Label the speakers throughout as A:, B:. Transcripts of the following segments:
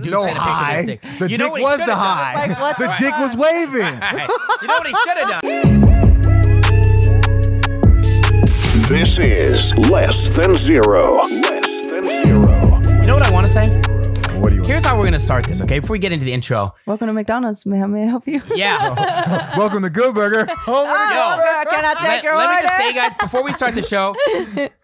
A: dude
B: No
A: sent a picture of his
B: high.
A: dick.
B: The
A: you know
B: dick
A: what he
B: was
A: should
B: the
A: have done?
B: high.
C: Like, what
B: the
C: the
B: dick
C: fuck?
B: was waving.
A: you know what he should have done?
D: This is Less Than Zero. Less Than Zero.
A: You know what I want to say?
B: What do you
A: Here's how we're gonna start this, okay? Before we get into the intro,
C: Welcome to McDonald's. May I, may I help you?
A: yeah.
B: Welcome to Good Burger. Oh, my
A: Yo.
C: Hello, sir, can I take
A: let,
C: your
A: let me
C: order?
A: just say, guys, before we start the show,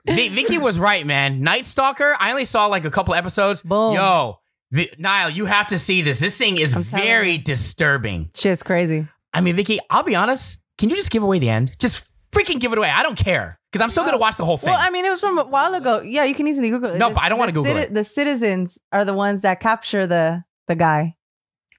A: v- Vicky was right, man. Night Stalker. I only saw like a couple episodes.
C: Boom.
A: Yo, the, Niall, you have to see this. This thing is
C: I'm telling
A: very
C: you.
A: disturbing.
C: Shit's crazy.
A: I mean, Vicky, I'll be honest. Can you just give away the end? Just freaking give it away. I don't care because I'm still gonna watch the whole thing.
C: Well, I mean, it was from a while ago. Yeah, you can easily Google it.
A: No,
C: The-
A: but I don't
C: the
A: wanna Google
C: citi-
A: it.
C: The citizens are the ones that capture the the guy.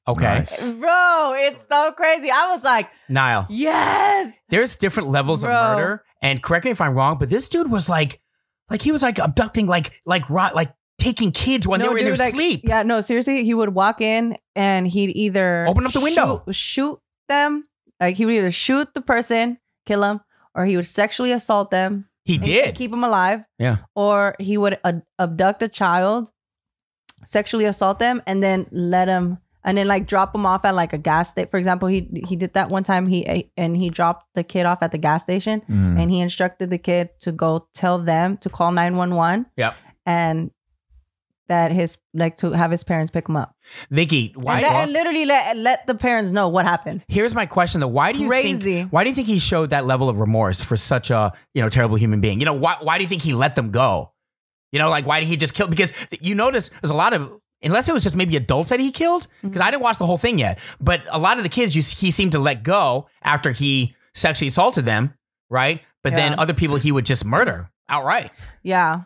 A: okay,
B: Nice.
C: Bro, it's so crazy. I was like,
A: Niall.
C: yes.
A: There's different levels
C: Bro.
A: of murder, and correct me if I'm wrong, but this dude was like, like he was like abducting, like like rot, like taking kids when they were in
C: dude,
A: their
C: like-
A: sleep.
C: Yeah, no, seriously, he would walk in and he'd either
A: Open up the window.
C: shoot, shoot them. Like he would either shoot the person, kill him, or he would sexually assault them.
A: He
C: and
A: did.
C: keep him alive.
A: Yeah.
C: Or he would ad- abduct a child, sexually assault them, and then let him, and then like drop him off at like a gas station. For example, he he did that one time. He and he dropped the kid off at the gas station,
B: Mm.
C: and he instructed the kid to go tell them to call nine one one.
A: Yep.
C: And that his like to have his parents pick him up,
A: Vicky, why?
C: and, that- and literally let let the parents know what happened.
A: Here's my question though. Why do you
C: Crazy.
A: think why do you think he showed that level of remorse for such a, you know, terrible human being? You know, why why do you think he let them go? You know, like why did he just kill because th- you notice there's a lot of unless it was just maybe adults that he killed because I didn't watch the whole thing yet, but a lot of the kids you s- he seemed to let go after he sexually assaulted them, right? But then
C: Yeah.
A: other people he would just murder outright.
C: Yeah.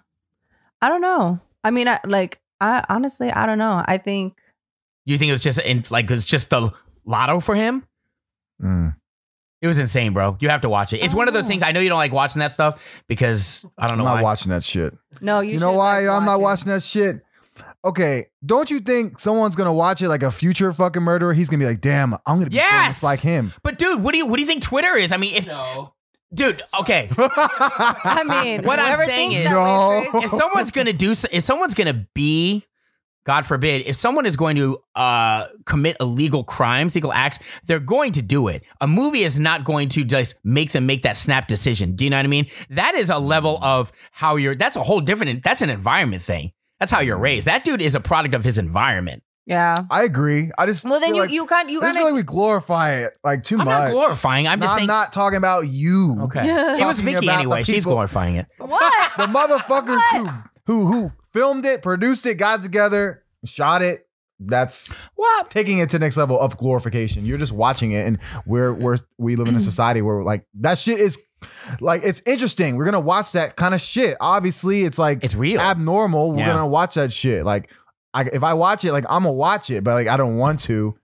C: I don't know. I mean, I, like, I honestly, I don't know. I think
A: You think it was just in, like it's just the lotto for him?
B: Mm.
A: It was insane, bro. You have to watch it. It's
C: I
A: one of those
C: know.
A: things I know you don't like watching that stuff because I don't
B: I'm
A: know
B: not
A: why.
B: watching that shit.
C: no. You,
B: You, know
C: should,
B: why
C: like,
B: I'm not
C: watch it.
B: watching that shit? Okay, don't you think someone's gonna watch it like a future fucking murderer? He's gonna be like, damn, I'm gonna be
A: Yes!
B: famous like him.
A: But dude, what do you what do you think Twitter is? I mean, if dude, okay,
C: I mean,
A: What I'm
C: whoever
A: saying
C: thinks
A: is-
C: that way is
B: No.
A: if someone's gonna do, so- if someone's gonna be, God forbid, if someone is going to uh, commit illegal crimes, illegal acts, they're going to do it. A movie is not going to just make them make that snap decision. Do you know what I mean? That is a level
B: Mm.
A: of how you're. That's a whole different. That's an environment thing. That's how you're raised.
B: Mm.
A: That dude is a product of his environment.
C: yeah.
B: I agree. I just
C: Well, then
B: feel
C: you
B: like,
C: you kind you
B: I just feel like we
C: kind
B: glorify it like too
A: I'm
B: much.
A: not glorifying. I'm
B: No,
A: just
B: I'm
A: saying.
B: not talking about you.
A: okay.
C: Yeah.
A: It was
B: Talking
A: Vicky
B: about the
A: anyway. She's
B: people-
A: glorifying it.
C: of what?
B: The motherfuckers who who who filmed it, produced it, got together, shot it. That's
A: What?
B: taking it to the next level of glorification. You're just watching it, and we're we're we live in a society where we're like that shit is like it's interesting. We're gonna watch that kind of shit. Obviously, it's like
A: It's real.
B: abnormal. We're
A: Yeah.
B: gonna watch that shit. Like, I, if I watch it, like I'm gonna watch it, but like I don't want to.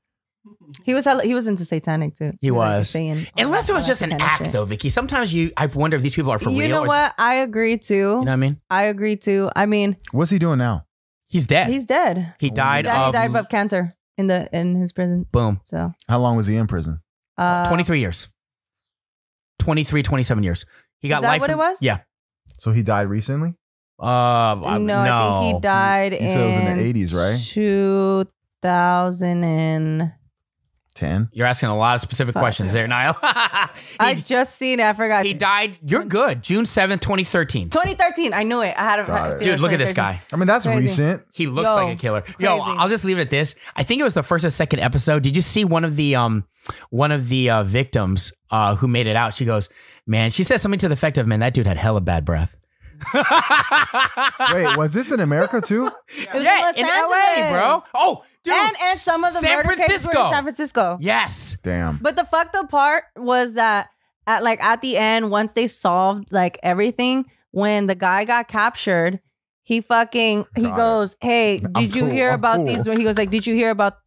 C: He was hella- he was into satanic too.
A: He
C: like,
A: was.
C: saying all
A: Unless
C: that-
A: it was
C: all
A: just
C: that
A: an
C: satanic
A: act,
C: shit.
A: though, Vicky. Sometimes you, I wonder if these people are for
C: you
A: real.
C: know
A: or-
C: what? I agree too.
A: You know what I mean?
C: I agree too. I mean,
B: What's he doing now?
A: He's dead.
C: he's dead.
A: he Eh. died,
C: He died,
A: of
C: he died of cancer in the in his prison.
A: boom.
C: So
B: How long was he in prison?
C: uh,
A: 23 years. 23, 27 years. He got
C: Is that
A: life.
C: what it
A: in-
C: was?
A: Yeah.
B: So he died recently.
A: Uh, I-
C: no, I think he died
B: You said it was in the 80s, right?
C: 2000 and
B: Ten.
A: You're asking a lot of specific
C: Fuck.
A: questions there, Niall.
C: I
A: he,
C: just seen it. I forgot.
A: he died. You're good. June seventh, 2013.
C: 2013. I knew it. I had a
B: Got it.
A: Dude, look at this guy.
B: I mean, that's
C: Crazy.
B: recent.
A: He looks
C: Yo,
A: like a killer. Yo,
C: crazy.
A: I'll just leave it at this. I think it was the first or second episode. Did you see one of the um one of the uh, victims uh, who made it out? She goes, "Man," she said something to the effect of, "Man, that dude had hella bad breath."
B: Wait, was this in America too?
C: It was
A: yeah,
C: Los
A: in
C: Angeles.
A: LA, bro. Oh, dude.
C: And and some of the
A: San
C: murder cases were
A: Francisco.
C: in San Francisco.
A: yes.
B: Damn.
C: But the fucked up part was that at like at the end, once they solved like everything, when the guy got captured, he fucking he
B: Got it.
C: goes, "Hey, did
B: I'm
C: you
B: cool,
C: hear
B: I'm
C: about
B: cool.
C: these?" When he goes like, "Did you hear about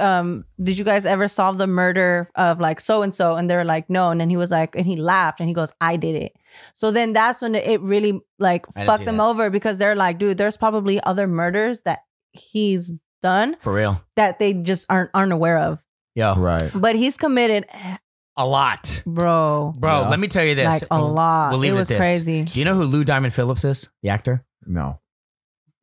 C: um did you guys ever solve the murder of like so and so?" And they were like, "No." And then he was like, and he laughed and he goes, "I did it." So then that's when it really like
A: I didn't see
C: fucked them
A: that.
C: over because they're like, "Dude, there's probably other murders that he's done
A: For real.
C: that they just aren't aren't aware of."
A: Yo,
B: Right.
C: But he's committed,
A: a lot.
C: bro.
A: Bro,
B: Yeah.
A: let me tell you this.
C: Like a lot.
A: We'll leave
C: it
A: it at
C: was
A: this.
C: crazy.
A: Do you know who Lou Diamond Phillips is? The actor?
B: No.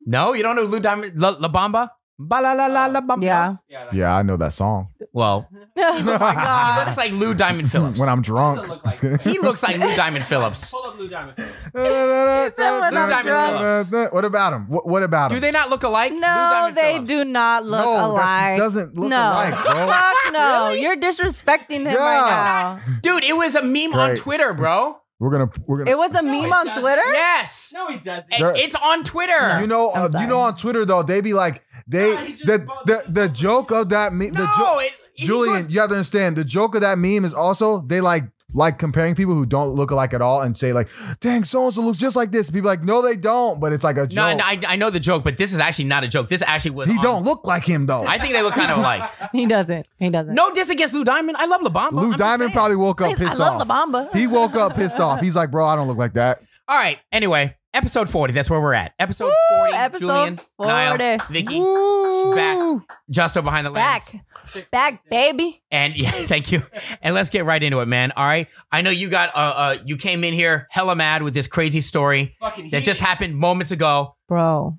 A: No, you don't know Lou Diamond La, La Bamba? Ba-la-la-la-la-bum-bum.
C: Oh, Yeah.
E: Yeah.
B: Yeah, I know that song.
A: Well,
C: oh my
A: he
C: god.
A: looks like Lou Diamond Phillips.
B: When I'm drunk.
E: Doesn't look
B: Just
E: like-
B: kidding.
A: he looks like Lou Diamond Phillips.
E: Pull up Lou Diamond. Phillips.
C: when I'm
A: drunk.
B: What about him? What, what about him?
A: Do they not look alike? Lou
C: No,
A: Diamond
C: they
A: Phillips.
C: do not look
B: no, that's-
C: alike.
B: doesn't look
C: no.
B: alike, bro.
C: Fuck no. You're disrespecting him right
A: Dude, it was a meme on
B: Right.
A: Twitter, bro.
B: We're gonna we're
C: now.
B: gonna
C: It was a meme
E: it
C: on
E: doesn't.
C: Twitter?
A: Yes.
E: No, he doesn't.
A: It-
B: There-
A: It's on Twitter.
B: You know,
C: I'm
B: uh,
C: sorry.
B: you know, on Twitter though, they be like they
E: Nah, he just
B: the,
E: bought-
B: the the joke of that meme.
A: no,
B: the jo-
A: it, it- he
B: Julian,
A: goes-
B: you have to understand the joke of that meme is also they like like comparing people who don't look alike at all and say like, dang, so and so looks just like this. People like, no, they don't, but it's like a
A: no,
B: joke.
A: no, I, I know the joke, but this is actually not a joke. This actually was.
B: he
A: on-
B: don't look like him though.
A: I think they look kind of alike.
C: He doesn't. He doesn't.
A: No diss against Lou Diamond. I love LaBamba. I'm
B: Lou
A: just
B: Diamond
A: saying.
B: probably woke
C: I
B: up pissed
C: love
B: off.
C: La Bamba.
B: He woke up pissed off. He's like, bro, I don't look like that.
A: All right. Anyway, episode 40. That's where we're at. Episode 40.
C: episode
A: Julian, Niall,
C: 40.
A: Vicky,
B: Woo.
A: back. Justo behind the lens.
C: back. Back, baby.
A: And yeah, thank you. And let's get right into it, man. All right. I know you got uh, uh you came in here hella mad with this crazy story
E: Fucking
A: that just
E: heat.
A: happened moments ago.
C: Bro.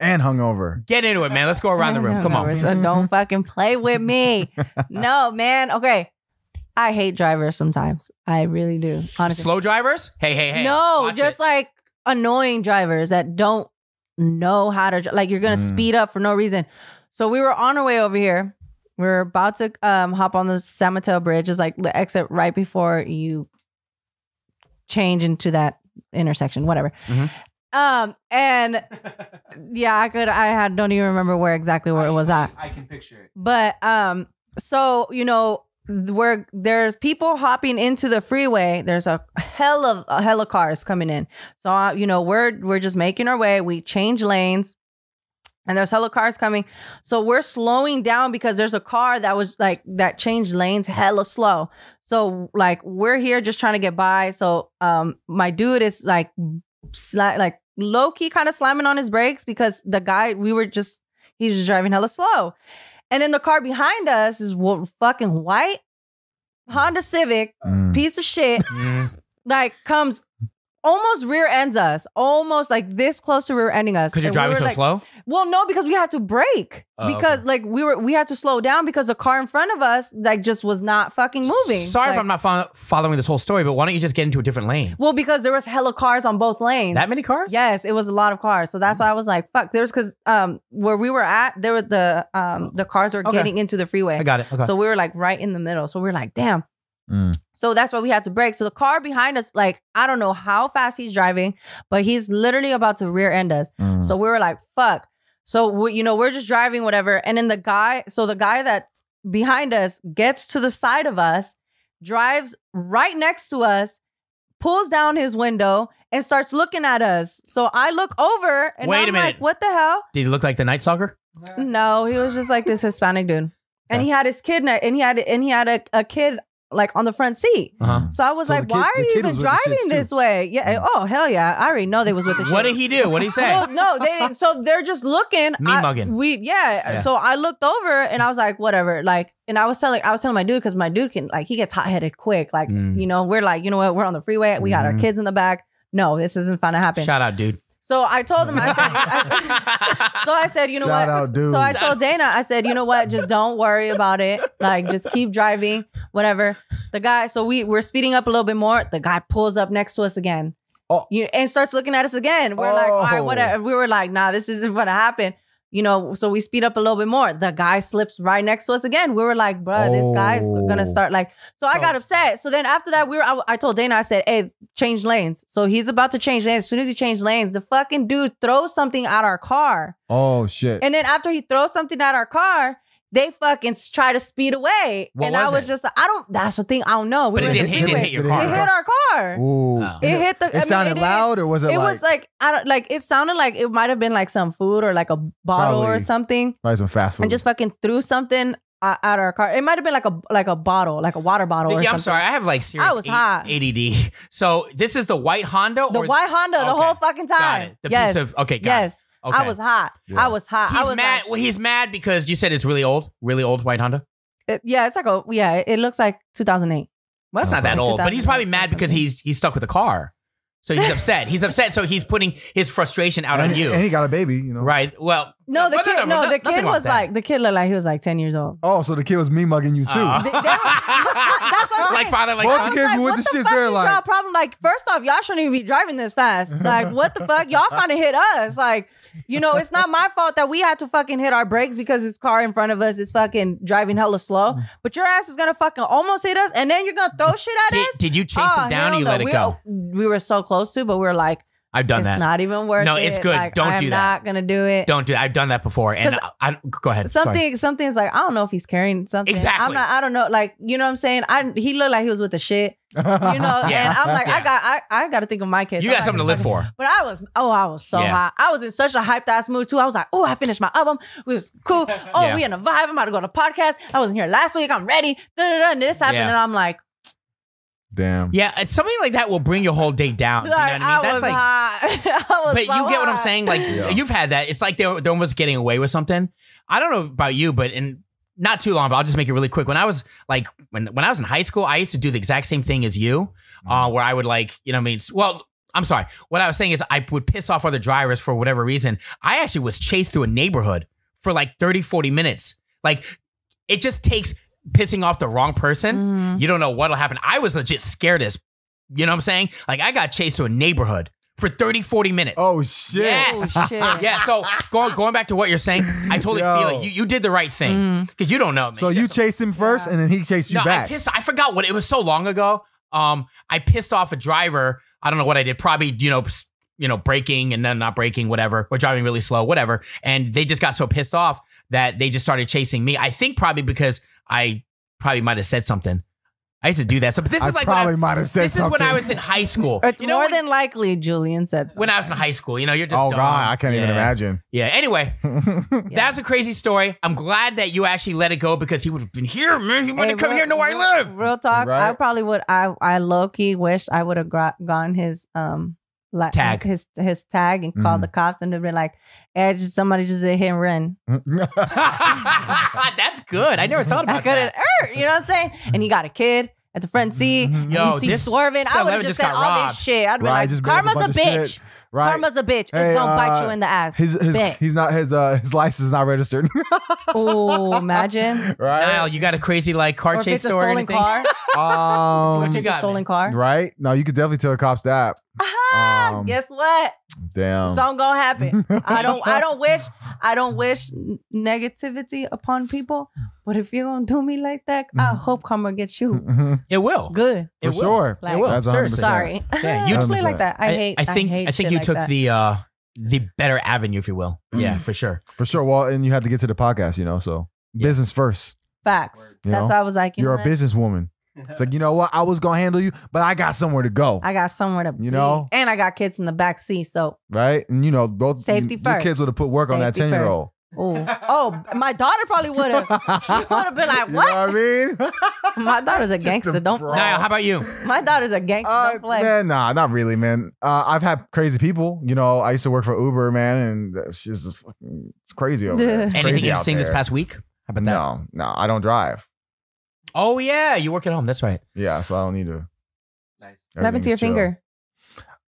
B: and hungover.
A: Get into it, man. Let's go around the room. Come on.
C: So don't fucking play with me. no, man. Okay. I hate drivers sometimes. I really do. Honestly.
A: Slow drivers? Hey, hey, hey.
C: no,
A: Watch
C: just
A: it.
C: like annoying drivers that don't know how to dri- like you're gonna
B: Mm.
C: speed up for no reason. So we were on our way over here. We are about to um hop on the San Mateo Bridge. It's like the exit right before you change into that intersection, whatever.
A: Mhm.
C: Um and yeah, I could I had don't even remember where exactly where it was at.
E: I can picture it.
C: But um, so you know, where there's people hopping into the freeway, there's a hell of a hell of cars coming in. So uh, you know, we're we're just making our way. We change lanes, and there's hella cars coming. So we're slowing down because there's a car that was like that changed lanes hella slow. So like we're here just trying to get by. So um, my dude is like, sli- like low key kind of slamming on his brakes because the guy we were just he's just driving hella slow. And then the car behind us is wo- fucking white Honda Civic,
B: Mm.
C: piece of shit,
A: Mm.
C: like comes almost rear ends us, almost like this close to rear ending us.
A: Cause you're
C: And we
A: driving
C: were
A: so
C: like-
A: slow.
C: Well, no, because we had to brake.
A: Oh,
C: because
A: okay.
C: like we were we had to slow down because the car in front of us like just was not fucking moving.
A: Sorry
C: Like-
A: if I'm not fo- following this whole story, but why don't you just get into a different lane?
C: Well, because there was hella cars on both lanes.
A: That many cars?
C: Yes, it was a lot of cars. So that's why I was like, fuck. There's cause um where we were at, there were the um the cars were
A: Oh. Okay.
C: getting into the freeway.
A: I got it. Okay.
C: So we were like right in the middle. So we were like, damn.
B: Mm.
C: So that's why we had to break. So the car behind us, like, I don't know how fast he's driving, but he's literally about to rear end us.
B: Mm.
C: So we were like, fuck. So, we, you know, we're just driving, whatever. And then the guy, so the guy that's behind us gets to the side of us, drives right next to us, pulls down his window, and starts looking at us. So I look over and
A: Wait a
C: I'm
A: minute.
C: like, what the hell?
A: Did he look like the night stalker?
C: No, he was just like this Hispanic dude. And he had his kid ne- and he had and he had a, a kid like on the front seat.
A: Uh-huh.
C: So I was
B: So
C: like,
B: the kid-
C: why
B: the
C: are you
B: kid
C: even
B: was with the
C: driving
B: shits, too. Mm.
C: this way? Yeah. Oh, hell yeah. I already know they was with the shit.
A: What did he do? What did he say?
C: Well, no, they didn't. So they're just looking.
A: Me
C: I-
A: mugging.
C: We yeah.
A: Yeah.
C: So I looked over and I was like, whatever. Like, and I was telling, I was telling my dude because my dude can like he gets hot headed quick. Like,
A: Mm.
C: you know, we're like, you know what? We're on the freeway. We got our
B: Mhm.
C: kids in the back. No, this isn't gonna happen.
A: Shout out, dude.
C: so I told him. I said, I, so I said, you know
B: Shout
C: what?
B: out, dude.
C: So I told Dana, I said, you know what? Just don't worry about it. Like, just keep driving, whatever. The guy, so we we're speeding up a little bit more. The guy pulls up next to us again,
B: Oh.
C: you, and starts looking at us again. We're like, all right,
B: Oh.
C: whatever. We were like, nah, this isn't gonna happen. You know, so we speed up a little bit more. The guy slips right next to us again. We were like, bruh, this guy's
B: Oh.
C: gonna start like. So I
A: So-
C: got upset. So then after that, we were. I, I told Dana, I said, hey, change lanes. So he's about to change lanes. As soon as he changed lanes, the fucking dude throws something at our car.
B: oh shit.
C: And then after he throws something at our car, they fucking s- try to speed away.
A: What
C: and
A: was
C: I was
A: it?
C: just like, I don't, that's the thing. I don't know. We
A: But it
C: were
A: didn't
C: in
A: hit-
C: the
A: it didn't
C: freeway.
A: hit your
B: Did
A: car.
C: It hit our car.
B: Ooh.
A: Oh.
C: It hit the. I
B: It
C: mean,
B: sounded
C: didn't-
B: loud, or was it,
C: It
B: like,
C: was like I don't like. It sounded like it might have been like some food or like a bottle or
B: Probably.
C: something,
B: probably some fast food?
C: and just fucking threw something uh, at our car. It might have been like a like a bottle, like a water bottle. or
A: Vicky, I'm
C: something.
A: sorry. I have like serious
C: was
A: A-
C: hot.
A: ADD. So this is the white Honda
C: The
A: or
C: white Honda the
A: okay.
C: whole fucking time.
A: Got it. The
C: yes,
A: piece of okay. Got
C: yes.
A: It. Okay.
C: I was hot.
B: Yeah.
C: I was hot. I
A: He's
C: was
A: mad.
C: like-
A: well, he's mad because you said it's really old, really old white Honda.
C: It- yeah, it's like a yeah. It, it looks like 2008.
A: Well, that's not that
C: Okay.
A: old, but he's probably
C: 2000,
A: mad because
C: something.
A: he's he's stuck with a car, so he's upset. He's upset, so he's putting his frustration out
B: and,
A: on you,
B: and he got a baby, you know.
A: right? Well,
C: No,
A: No,
C: the
A: no,
C: kid.
A: no,
C: No,
A: no,
C: the
A: nothing
C: kid
A: wrong with
C: was
A: that.
C: like the kid looked like he was like ten years old.
B: Oh, so the kid was me mugging you too.
A: Uh,
C: They- they don't- that's what I'm
A: like
C: saying.
A: father, like
B: Both
A: son.
B: kids
C: Like,
B: with
C: what
B: the
C: the,
B: shits
C: fuck
B: there,
C: is
B: like-
C: y'all problem? Like, first off, y'all shouldn't even be driving this fast. Like, what the fuck? Y'all trying to hit us? Like, you know, it's not my fault that we had to fucking hit our brakes because this car in front of us is fucking driving hella slow. But your ass is gonna fucking almost hit us, and then you're gonna throw shit at
A: Did,
C: us.
A: did you chase
C: Oh,
A: him down or
C: hell
A: you
C: no.
A: let it
C: we,
A: go?
C: We were so close to, but we are like,
A: I've done
C: it's
A: that.
C: not even worth
A: No,
C: it.
A: it's good.
C: Like,
A: Don't
C: I'm
A: do that.
C: Not gonna do it.
A: Don't do. I've done that before, and I, I go ahead. sorry.
C: Something, something's like I don't know if he's carrying something.
A: Exactly.
C: I'm not. I don't know. Like you know what I'm saying. I he looked like he was with the shit. You know.
A: Yeah.
C: And I'm like,
A: Yeah.
C: I got, I, I got to think of my kids.
A: You
C: I'm
A: got
C: like,
A: something to live for.
C: But I was, oh, I was so
A: Yeah.
C: high. I was in such a hyped ass mood too. I was like, oh, I finished my album. We was cool. Oh,
A: Yeah.
C: we in a vibe. I'm about to go to podcast. I wasn't here last week. I'm ready. Da, da, da, and this happened,
A: Yeah.
C: and I'm like,
B: Damn.
A: Yeah, it's- something like that will bring your whole day down. Uh, Do you know what I
C: like,
A: mean?
C: I
A: That's
C: was
A: like.
C: high. I was
A: But
C: so
A: you get what I'm
C: high.
A: saying. Like
B: Yeah.
A: you've had that. It's like they're they're almost getting away with something. I don't know about you, but in not too long, but I'll just make it really quick. When I was like when when I was in high school, I used to do the exact same thing as you, uh, where I would like you know what I mean. s- Well, I'm sorry. What I was saying is I would piss off other drivers for whatever reason. I actually was chased through a neighborhood for like 30, 40 minutes. Like it just takes pissing off the wrong person.
C: Mhm.
A: You don't know what'll happen. I was legit scared as, you know what I'm saying? Like I got chased to a neighborhood for 30, 40 minutes.
B: Oh shit.
A: Yes.
C: Oh, shit.
A: Yeah. So going going back to what you're saying, I totally
B: Yo.
A: feel it. You you did the right
C: Mm-hmm.
A: thing because you don't know. Man.
B: So you chase him first, and then he chased you
A: no, I
B: back.
A: pissed. I forgot what it was so long ago. Um, I pissed off a driver. I don't know what I did. Probably you know s- you know braking and then not braking, whatever. Or driving really slow, whatever. And they just got so pissed off that they just started chasing me. I think probably because I probably might have said something. I used to do that. So but this
B: I
A: is like when I-
B: probably might have said
A: this
B: something.
A: is when I was in high school.
C: It's
A: you know, when,
C: more than likely Julian said.
A: when I was in high school. You know, you're just
B: Oh
A: dumb.
B: god, I can't even
A: Yeah.
B: imagine.
A: Yeah. Anyway, that's a crazy story. I'm glad that you actually let it go because he would have been here, man. He wouldn't
C: Hey,
A: come
C: real-
A: here, know where I
C: real-
A: live.
C: Real talk. I
B: Right?
C: probably would. I I low key wish I would have gra- gone his um like
A: Tag.
C: his his tag and
B: Mhm.
C: called the cops and they'd been like, "Edge, somebody just did hit and run."
A: That's good. I never thought
C: I
A: about
C: could have,
A: that.
C: you know what I'm saying?
B: Mm.
C: And he got a kid at the front seat. and
A: Yo,
C: you see
A: this
C: swerving. I
A: 7-Eleven
C: would have just
A: just
C: said
A: got
C: all
A: robbed.
C: this shit. I'd be
B: Mm-hmm, Right,
C: like,
B: just made up a
C: "Karma's a,
B: bunch of
C: bitch.
B: shit." right.
C: Karma's a bitch.
B: Hey,
C: it's gonna bite
B: uh,
C: you in the ass."
B: his his
C: Bet.
B: he's not his uh his license is not registered.
C: Ooh, imagine.
A: Niall,
B: right.
A: you got a crazy like car
C: Or if
A: chase
C: it's a
A: story or
C: stolen
A: anything?
C: car.
B: Um,
A: What you
C: It's a
A: got,
C: stolen
A: man?
C: car.
B: right? No, you could definitely tell the cops that.
C: Aha,
B: Um, mm-hmm.
C: Guess what?
B: Damn.
C: Something gonna happen. I don't. I don't wish. I don't wish n- negativity upon people. But if you're gonna do me like that,
B: Mm-hmm.
C: I hope karma gets you.
B: Mhm.
A: It will.
C: Good.
A: It
B: For
A: will.
B: sure.
C: Like,
B: That's
A: Seriously.
B: 100%.
C: Sorry.
A: Yeah, you-
C: Don't play like that. I, hate.
A: I think. I, think
C: hate shit
A: you
C: like
A: took
C: that.
A: the uh the better avenue, if you will.
B: Mm.
A: Yeah, for sure.
B: For sure. Well, and you had to get to the podcast, you know, so business first.
C: facts.
B: You
C: That's
B: know?
C: why I was like, you
B: You're
C: know
B: a
C: what?
B: businesswoman. It's like, you know what? I was going to handle you, but I got somewhere to go.
C: I got somewhere to
B: You
C: be,
B: know?
C: and I got kids in the back seat. So,
B: right? And you know, those
C: Safety
B: you,
C: first.
B: kids would have put work on that 10
C: Safety
B: year old.
C: ooh. oh, my daughter probably would have. She would have been like,
B: You know what
C: what?
B: I mean?
C: My daughter's a
B: Just a
C: gangster. Don't
B: broad-
C: play.
A: Niall, how about you?
C: My daughter's a gangster.
B: Uh,
C: don't play.
B: man, nah, not really, man. Uh, I've had crazy people. You know, I used to work for Uber, man, and that's just fucking, it's crazy over there. It's
A: Anything
B: crazy out
A: interesting this
B: there.
A: past week? How about that?
B: No, no, I don't drive.
A: Oh yeah, you work at home. That's right.
B: Yeah, so I don't need to.
E: Nice.
C: What happened to your
B: Everything's chill.
C: finger?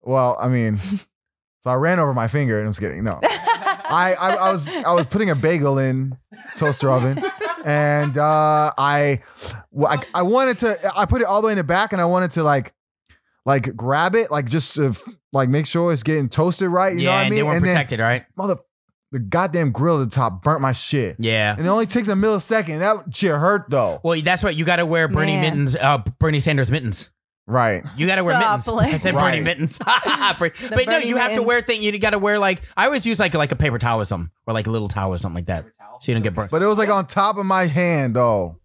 B: Well, I mean, so I ran over my finger, and I'm just kidding. No, I, I, I was I was putting a bagel in toaster oven, and uh, I, well, I I wanted to I put it all the way in the back, and I wanted to like like grab it, like just to, f- like make sure it's getting toasted right. You
A: yeah,
B: know what I
A: and
B: mean?
A: they weren't
B: and
A: protected, right?
B: then mother, the goddamn grill at the top burnt my shit,
A: Yeah.
B: and it only takes a millisecond. That shit hurt though.
A: Well, that's right. You got to wear Bernie
C: Man.
A: mittens. Uh, Bernie Sanders mittens.
B: Right.
A: You got to wear
C: Stop
A: mittens.
C: playing.
A: I said Bernie
B: Right.
A: mittens. but no,
C: Bernie
A: you have to
C: mittens.
A: wear thing. You got to wear like I always use like like a paper towel or something, or like a little towel or something like that, so you don't get burned.
B: But it was like on top of my hand, though.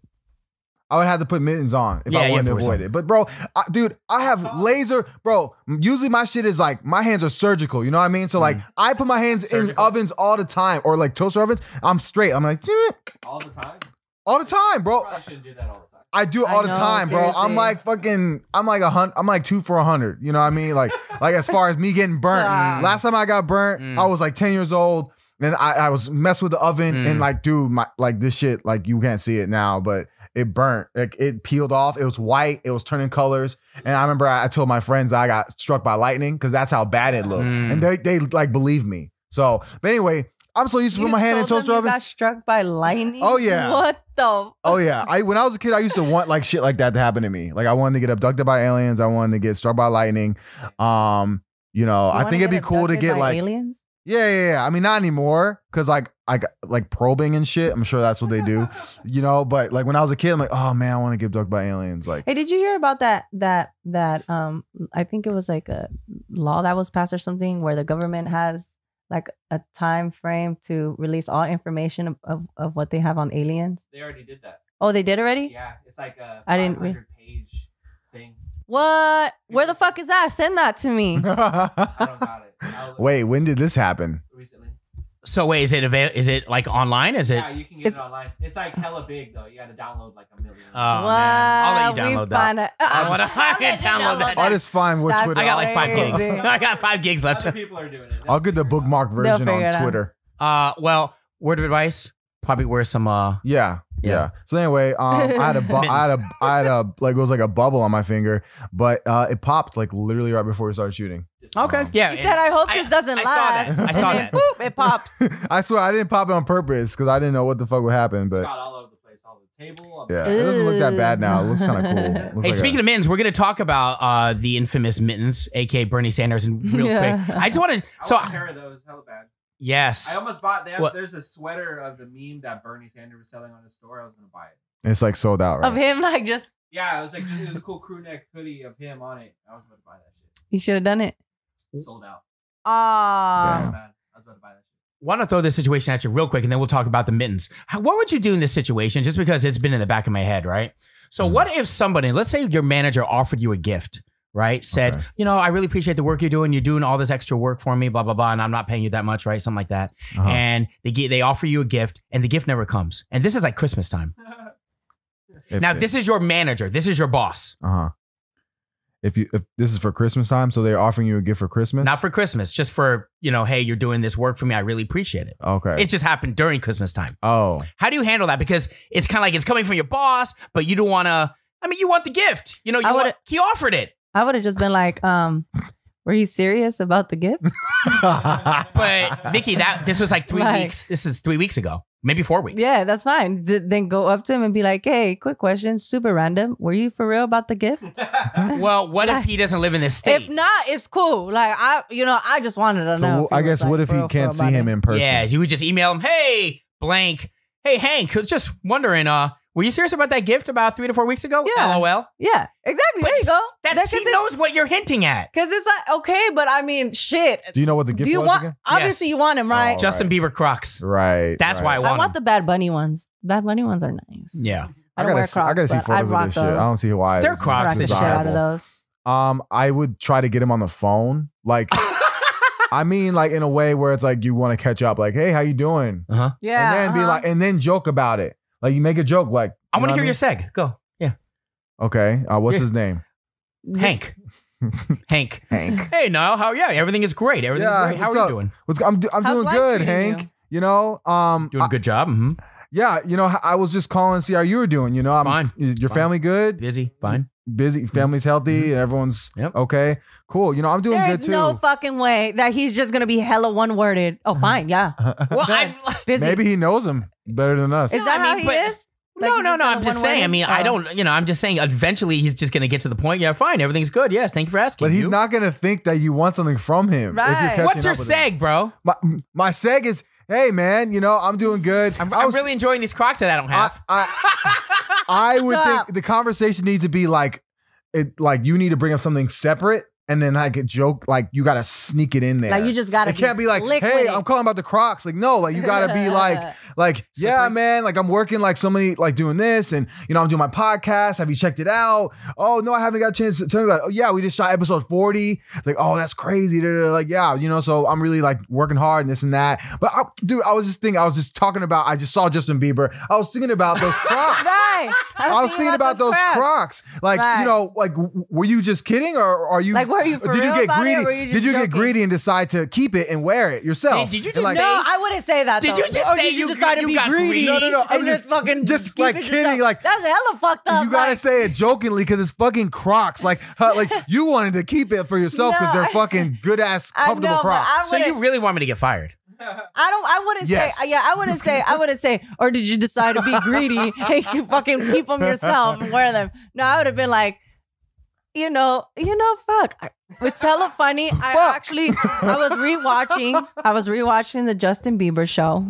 B: I would have to put mittens on if
A: Yeah,
B: I
A: yeah,
B: wanted to
A: put
B: avoid
A: some.
B: it. But bro, I, dude, I have laser, bro. Usually my shit is like my hands are surgical. You know what I mean? So like I put my hands in
A: Mm. Surgical.
B: ovens all the time, or like toaster ovens. I'm straight. I'm like "Eh,"
E: All the time?
B: all the time, bro.
E: Probably shouldn't do that all the time.
B: I do all
C: I
B: the
C: know,
B: time, bro. I'm
C: seriously.
B: like fucking. I'm like a hundred. I'm like two for a hundred. You know what I mean? Like, like as far as me getting burnt. Mm.
C: Ah.
B: Last time I got burnt,
A: Mm.
B: I was like ten years old, and I, I was messed with the oven,
A: Mm.
B: and like, dude, my like this shit, like you can't see it now, but it burnt. Like it peeled off. It was white. It was turning colors. And I remember I, I told my friends I got struck by lightning because that's how bad it looked,
A: Mm.
B: and they they like believed me. So, but anyway, I'm so used to put my hand in
C: told
B: toaster
C: them you
B: ovens.
C: Got struck by lightning.
B: Oh, yeah.
C: What the?
B: Oh yeah, I when I was a kid, I used to want like shit like that to happen to me. Like I wanted to get abducted by aliens. I wanted to get struck by lightning. Um, you know,
C: You
B: I
C: wanna
B: think it'd be
C: get
B: cool to
C: abducted
B: get
C: by
B: like
C: aliens.
B: yeah, yeah, yeah. I mean, not anymore because like I got like probing and shit. I'm sure that's what they do, you know. But like when I was a kid, I'm like, oh man, I want to get abducted by aliens. Like
C: Hey, did you hear about that? That that um, I think it was like a law that was passed or something where the government has like a time frame to release all information of, of, of what they have on aliens.
E: They already did that.
C: Oh, they did already.
E: Yeah, it's like a
C: I didn't read-
E: 500 page thing.
C: What? Where the fuck is that? Send that to
A: Oh,
C: me.
E: I don't got it. I'll look
B: wait, when did this happen?
E: recently.
A: So wait, is it avail- Is it like online? Is it?
E: yeah, you can get
C: it's-
E: it online. It's like hella big though. You got to download like a million.
A: Oh man, I'll let you
C: What?
A: download
C: We
A: that.
C: find a-
A: I
C: Oh,
A: wanna- I
C: I'll let you
A: download that.
B: I'll just find what
C: That's
B: Twitter.
A: I got like five gigs.
C: Crazy.
A: I got five gigs left.
E: Other people are doing it.
B: I'll get the bookmark
C: They'll
B: version
C: figure it
B: on
C: out.
B: Twitter.
A: Uh, well, word of advice: probably wear some. Uh,
B: Yeah, yeah.
A: Yeah.
B: So anyway, um, I had a, bu- I had a, I had a, like it was like a bubble on my finger, but uh, it popped like literally right before we started shooting.
A: okay, uh, yeah.
C: He
A: it-
C: said, "I hope
A: I-
C: this doesn't
A: I saw
C: last."
A: that. I
C: And
A: saw
C: then,
A: that.
C: Boop, it pops.
B: I swear I didn't pop it on purpose because I didn't know what the fuck would happen, but
E: Got all over the place, all over the table.
B: yeah, it doesn't look that bad now. It looks kind of cool. It looks
A: Hey,
B: like a-
A: speaking of mittens, we're gonna talk about uh the infamous mittens, aka Bernie Sanders, and real
C: Yeah.
A: quick. I just want to. So
E: So I want a pair of those hella bad.
A: yes,
E: I almost bought that.
A: What?
E: There's a sweater of the meme that Bernie Sanders was selling on his store. I was gonna buy it.
B: it's like sold out.
C: Of
B: Right?
C: him, like just
E: Yeah, it was like just, it was a cool crew neck hoodie of him on it. I was about to buy that shit.
C: you should have done it.
E: Sold out.
C: Ah,
B: Damn.
E: Man, I was about to buy that shit.
A: want to throw this situation at you real quick, and then we'll talk about the mittens. How, what would you do in this situation? Just because it's been in the back of my head, right? So
B: Mhm.
A: what if somebody, let's say your manager offered you a gift, right? Said,
B: Okay.
A: you know, I really appreciate the work you're doing. You're doing all this extra work for me, blah blah blah, and I'm not paying you that much, right? Something like that.
B: Uh-huh.
A: And they gi- they offer you a gift, and the gift never comes. And this is like Christmas time.
B: If
A: now
B: it-
A: this is your manager. This is your boss.
B: uh-huh. If you if this is for Christmas time, so they're offering you a gift for Christmas.
A: Not for Christmas, just for, you know, hey, you're doing this work for me. I really appreciate it.
B: okay.
A: It just happened during Christmas time.
B: oh,
A: How do you handle that? Because it's kind of like it's coming from your boss, but you don't want to. I mean, you want the gift. You know, you
C: I
A: want,
C: would've-
A: he offered it,
C: I would have just been like, um, were you serious about the gift?
A: but Vicky, that this was like three
C: Right.
A: weeks. This is three weeks ago, maybe four weeks.
C: yeah, that's fine. Th- then go up to him and be like, hey, quick question, super random. Were you for real about the gift?
A: Well, what if he doesn't live in this state?
C: If not, it's cool. Like I, you know, I just wanted to
B: so
C: know.
B: w-
C: if he
B: I
C: was,
B: guess
C: like,
B: what if
C: for
B: he
C: real, for
B: can't
C: real
B: see
C: about
B: him
C: it.
B: in person?
A: yeah, you would just email him, hey, blank, hey Hank, just wondering, uh, were you serious about that gift about three to four weeks ago?
C: Yeah.
A: LOL.
C: Yeah, exactly.
A: But
C: there you go.
A: That's he knows what you're hinting at.
C: Because it's like okay, but I mean, shit.
B: Do you know what the gift
C: Do you
B: was
C: want?
B: again?
C: Obviously,
A: Yes.
C: you want him, right?
B: Oh,
A: Justin Bieber Crocs.
B: Right.
A: That's
B: right.
A: why I want,
C: I want
A: them.
C: the Bad Bunny ones. Bad Bunny ones are nice.
A: Yeah.
C: I,
B: I
C: don't
B: gotta,
C: wear
B: see, I
C: Crocs,
B: gotta see
C: but
B: photos
C: I'd
B: of
C: rock
B: this
C: those.
B: shit. I don't see why.
A: They're
B: this is
A: Crocs
C: Rock the shit out of
B: desirable.
C: those.
B: Um, I would try to get him on the phone. Like, I mean, like in a way where it's like you want to catch up. Like, hey, how you doing?
A: Uh-huh.
C: Yeah.
B: and then be
C: uh-huh.
B: like, and then joke about it. Like you make a joke. Like,
A: I want to hear
B: you.
A: your seg. Go. Yeah.
B: know what I mean? Okay. Uh, what's
A: Yeah.
B: his name?
C: Just-
A: Hank. Hank.
B: Hank.
A: Hey, Niall. How yeah? Everything is great. Everything's
B: Yeah,
A: great. How
B: what's
A: are you
B: up?
A: doing?
B: What's I'm do, I'm
C: How's
B: doing
C: life
B: good,
C: treating
B: Hank.
C: you?
B: You, know, um,
A: Doing a
B: I-
A: good job. hmm
B: yeah, you know, I was just calling to see how you were doing. You know, I'm
A: Fine.
B: Your
A: Fine.
B: family good?
A: Busy. Fine.
B: Busy? Family's healthy? and Everyone's
A: Yep.
B: okay? Cool. You know, I'm doing
C: There
B: good
C: is
B: too.
C: no fucking way that he's just gonna be hella one worded.
A: Uh-huh.
C: Oh, fine, yeah.
A: Well,
C: Good.
A: I,
C: Busy.
B: Maybe he knows him better than us.
C: Is
A: No,
C: that
A: I
C: how
A: mean,
C: he
A: but-
C: is? Like,
A: no, no,
C: he's just
A: no.
C: on
A: I'm just
C: one-worded?
A: saying. I mean, I
C: Oh.
A: don't. You know, I'm just saying. Eventually, he's just gonna get to the point. Yeah, fine. Everything's good. Yes. Thank you for asking.
B: But he's
A: You?
B: not gonna think that you want something from him. if you're
C: Right.
B: catching
A: What's your
B: up with him.
A: seg, bro?
B: My my seg is, hey man, you know I'm doing good.
A: I'm,
B: I
A: I'm
B: was-
A: really enjoying these Crocs that I don't
B: I,
A: have.
B: I- I would
C: Stop.
B: think the conversation needs to be like, it like you need to bring up something separate, and then like a joke, like you gotta sneak it in there.
C: Like you just gotta.
B: it can't be like,
C: slick
B: hey,
C: with it.
B: I'm calling about the Crocs. Like no, like you gotta be like, like yeah,
A: Slippery.
B: man, like I'm working like so many like doing this, and you know I'm doing my podcast. Have you checked it out? Oh no, I haven't got a chance to tell me about. It. Oh yeah, we just shot episode 40. It's like oh that's crazy. Da, da, da. Like yeah, you know, so I'm really like working hard and this and that. But I, dude, I was just thinking, I was just talking about. I just saw Justin Bieber. I was thinking about those Crocs.
C: Right.
B: I was thinking about those
C: crap.
B: Crocs. Like,
C: Right.
B: you know, like, w- were you just kidding, or are you?
C: Like, were you for
B: did you
C: real
B: get
C: about it,
B: greedy?
C: or were you just
B: did you
C: joking?
B: get greedy and decide to keep it and wear it
A: Did-
B: yourself?
A: did you
B: And,
A: just
B: like,
A: say-
C: No, I wouldn't say that.
A: Did
C: though.
A: you just
C: Oh,
A: say
C: you
A: you
C: just
A: got-
C: decided to
A: you
C: be
A: got
C: greedy?
A: greedy? No, no,
B: no, I'm
C: and just,
B: just-
C: fucking
B: just,
C: keep
B: like,
C: it
B: kidding,
C: yourself.
B: like-
C: that's hella fucked up.
B: you gotta
C: like,
B: say it jokingly because it's fucking Crocs. Like, huh, like you wanted to keep it for yourself because
C: No,
B: they're
C: I-
B: fucking good ass
C: I
B: comfortable
C: know, but
B: Crocs.
C: I
A: so you
C: wouldn't-
A: really want me to get fired?
C: I don't. I wouldn't
B: Yes.
C: say. Yeah, I wouldn't say. I wouldn't say. Or did you decide to be greedy and you fucking keep them yourself and wear them? No, I would have been like, you know, you know, fuck. I- It's hella funny. I
B: Fuck.
C: actually, I was rewatching. I was rewatching the Justin Bieber show.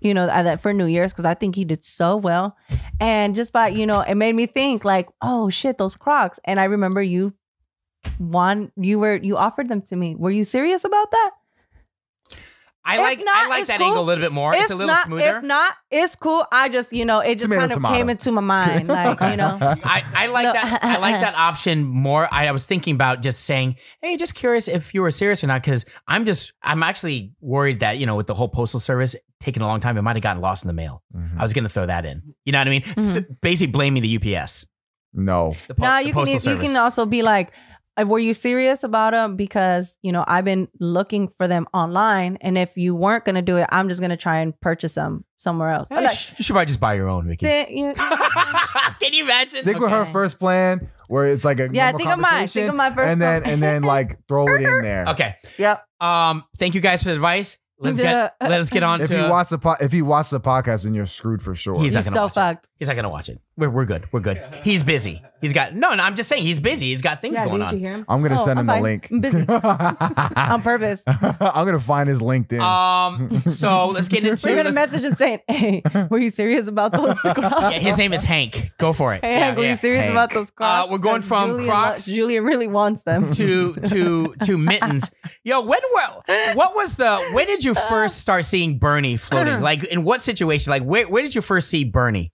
C: You know, at that for New Year's because I think he did so well, and just by you know, it made me think like, oh shit, those Crocs. And I remember you, one, you were you offered them to me. Were you serious about that?
A: I
C: If
A: like I
C: not,
A: like
C: it's
A: that
C: cool.
A: angle a little bit more. It's, a little
C: not,
A: smoother.
C: If not, it's cool. I just, you know, it just
B: Tomato,
C: kind of
B: tomato.
C: came into my mind. Like, you know,
A: I, I like
C: No.
A: that I like that option more. I, I was thinking about just saying, hey, just curious if you were serious or not, because I'm just I'm actually worried that, you know, with the whole postal service taking a long time, it might have gotten lost in the mail.
B: Mhm.
A: I was gonna throw that in. You know what I mean?
C: Mm-hmm.
A: Th- basically blaming the UPS.
B: No.
A: The po-
C: now
A: the
C: you can e,
A: postal
C: you
A: service.
C: can also be like, uh, were you serious about them? Because you know, I've been looking for them online, and if you weren't gonna do it, I'm just gonna try and purchase them somewhere else.
A: Eh,
C: Like,
A: sh- you should probably just buy your own, Vicky.
C: then you-
A: can you imagine?
B: Stick with her
C: Okay.
B: first plan where it's like a
C: yeah,
B: normal
C: think of mine. Think
B: conversation,
C: of my first.
B: and then
C: one.
B: and then like throw it in there.
A: Okay.
C: Yep.
A: Um, thank you guys for the advice. Let's get
C: Yeah.
A: let's get on
B: If
A: to
B: you watch the po- if you watch the podcast, then you're screwed for sure.
A: He's
C: You're
A: not gonna
C: so
A: watch it.
C: fucked.
A: He's not gonna watch it. We're we're good. We're good. He's busy. He's got no. no I'm just saying he's busy. He's got things
C: Yeah,
A: going
C: did you
A: on.
C: hear him?
B: I'm gonna
C: Oh,
B: send
C: I'm
B: him
C: fine. I'm busy. on
B: the link.
C: purpose.
B: I'm gonna find his LinkedIn.
A: Um. So let's get into.
C: We're gonna
A: let's-
C: message him saying, "Hey, were you serious about those?"
A: Yeah, his name is Hank. Go for it.
C: Hey,
A: Yeah,
C: Hank, were
A: yeah. Uh,
C: you serious
B: Hank.
C: about those Crocs?
A: we're going
C: 'Cause
A: from
C: Julia
A: Crocs-
C: lo- Julia really wants them.
A: To to to mittens. Yo, when were, what was the when did you first start seeing Bernie
C: Uh-huh.
A: floating? Like in what situation? Like where where did you first see Bernie?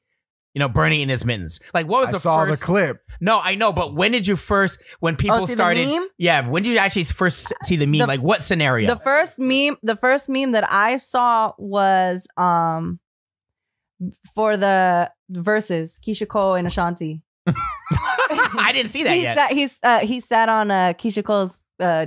A: You know, Bernie in his mittens. Like what was
B: I
A: the
B: saw
A: first
B: the clip.
A: No, I know, but when did you first when people
C: Oh, see the
A: started
C: meme?
A: Yeah, when did you actually first see the meme?
C: The-
A: like what scenario?
C: The first meme, the first meme that I saw was um for the verses Keisha Cole and Ashanti.
A: I didn't see that
C: he
A: yet.
C: sat he's uh, he sat on uh, Keisha Cole's uh,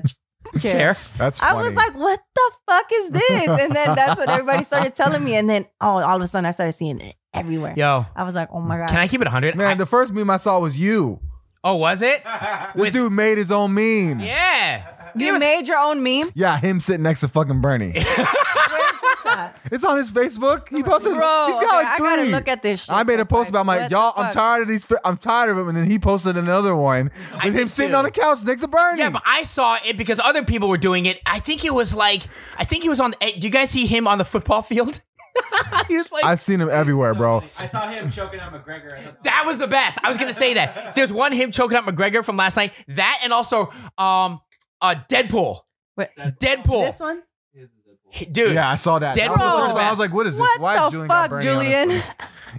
C: chair.
A: Fair.
B: That's
C: I
B: funny.
C: was like, "What the fuck is this?" And then that's what everybody started telling me. And then oh, all of a sudden I started seeing it everywhere.
A: Yo,
C: I was like, "Oh my god!"
A: can I keep it 100?
B: man, the first meme I saw was you.
A: oh, was it?
B: This
A: With-
B: dude made his own meme.
A: Yeah.
C: you made your own meme.
B: Yeah, him sitting next to fucking Bernie.
C: Where is this at?
B: it's on his Facebook. He posted.
C: Bro,
B: he's got
C: okay,
B: like three.
C: I gotta look at this. Shit
B: I made a
C: It's
B: post
C: like,
B: about my
C: what the
B: y'all. I'm
C: fuck?
B: tired of these. fi- I'm tired of him. And then he posted another one with
A: I
B: him
A: did
B: sitting
A: too.
B: on the couch next to Bernie.
A: Yeah, but I saw it because other people were doing it. I think it was like I think he was on eh, do you guys see him on the football field? he was like
B: I seen him everywhere, bro.
E: I saw him choking out McGregor. I thought
A: That was the best. I was gonna say that. There's one him choking out McGregor from last night. That and also um uh Deadpool.
C: Wait,
E: Deadpool.
A: Deadpool.
C: This one?
E: His is Deadpool.
A: Dude,
B: Yeah, I saw that. That was the
A: Deadpool.
B: first one. I was like, what is this?
C: What
B: Why is
C: the
B: Julian got
C: fuck,
B: Bernie on this
C: Julian?
B: stage?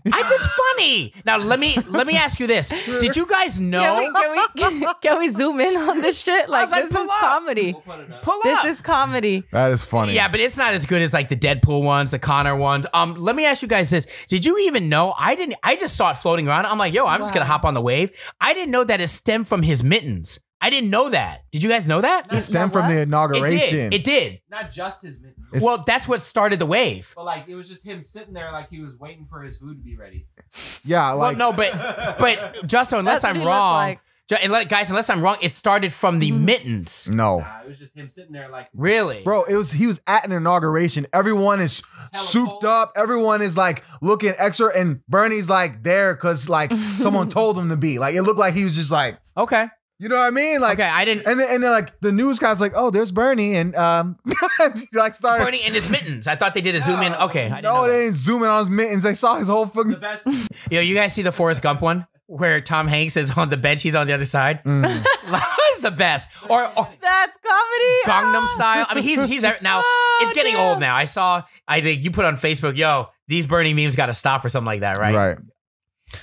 A: I think it's funny. Now let me let me ask you this. Did you guys know?
C: Can we, can, we, can we zoom in on this shit? Like,
A: was like,
C: this
A: pull
C: is
A: up.
C: comedy.
E: We'll put it up.
A: Pull
C: This
A: up.
C: is comedy.
B: That is funny.
A: yeah, but it's not as good as like the Deadpool ones, the Connor ones. Um, let me ask you guys this: Did you even know? I didn't. I just saw it floating around. I'm like, yo, I'm just gonna
C: Wow.
A: hop on the wave. I didn't know that it stemmed from his mittens. I didn't know that. Did you guys know that?
B: It stemmed
C: what?
B: from the
A: It
B: inauguration.
A: did. It did.
E: Not just his mitten.
B: It's-
A: well, that's what started the wave.
E: But like it was just him sitting there like he was waiting for his food to be ready.
B: Yeah, like
A: well, no, but but Justo, unless
C: That's what
A: I'm
C: he looks
A: wrong,
C: like.
A: ju- and like, guys, unless I'm wrong, it started from the mittens.
B: no.
E: Nah, it was just him sitting there like
A: Really,
B: Bro, it was he was at an inauguration. Everyone is souped
E: cold.
B: up. Everyone is like looking extra, and Bernie's like there because like someone told him to be. Like it looked like he was just like,
A: Okay.
B: you know what I mean? Like,
A: okay. I didn't.
B: and then, and then like the news guy's like, oh, there's Bernie, and um, like started.
A: Bernie in his mittens. I thought they did a zoom in. Okay. I didn't know
B: no,
A: that.
B: they ain't zooming on his mittens. They saw his whole
E: the
B: fucking.
E: best.
A: Yo, you guys see the Forrest Gump one where Tom Hanks is on the bench, he's on the other side.
B: Mm.
A: That's the best. Or, or
C: That's comedy.
A: Gangnam
C: Ah.
A: Style. I mean, he's he's now
C: Oh,
A: it's getting
C: damn.
A: old now. I saw I think you put on Facebook, yo, these Bernie memes got to stop or something like that, right?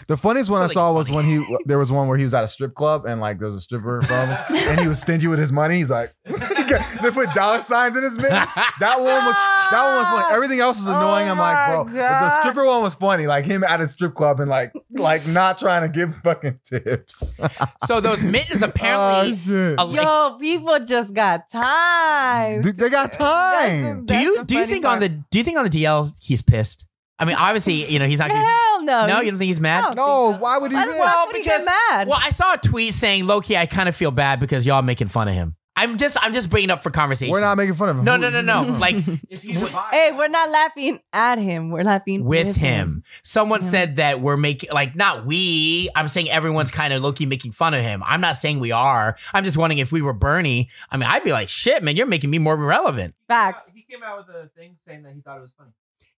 B: The funniest one I
A: Really
B: saw was
A: funny.
B: when he there was one where he was at a strip club and like there was a stripper from him and he was stingy with his money. He's like they put dollar signs in his mittens. That one was that one was funny. Everything else is annoying.
C: Oh
B: I'm like, bro,
C: my
B: but the
C: God.
B: stripper one was funny. Like him at a strip club and like like not trying to give fucking tips. Oh,
A: So those mittens apparently
B: shit.
A: a-
C: Yo, people just got time.
B: Dude, they got time.
A: do you do you think on the do you think on the DL he's pissed? I mean, obviously, you know, he's not gonna,
C: hell
A: No,
C: no? He's-
A: you don't think he's mad?
C: No.
B: No, why would he?
C: Why
B: be?
C: the fuck would he get mad?
A: Well, I saw a tweet saying, Loki, I kind of feel bad because y'all making fun of him. I'm just I'm just bringing up for conversation.
B: We're not making fun of him.
A: no,
B: Who-
A: no, no, no. like
E: Is he a bi?
C: Hey, we're not laughing at him. We're laughing
A: with, him. Someone
C: Yeah.
A: said that we're making like not we. I'm saying everyone's kind of low key making fun of him. I'm not saying we are. I'm just wondering if we were Bernie. I mean, I'd be like, shit, man, you're making me more relevant.
C: Facts.
E: He came out with a thing saying that he thought it was funny.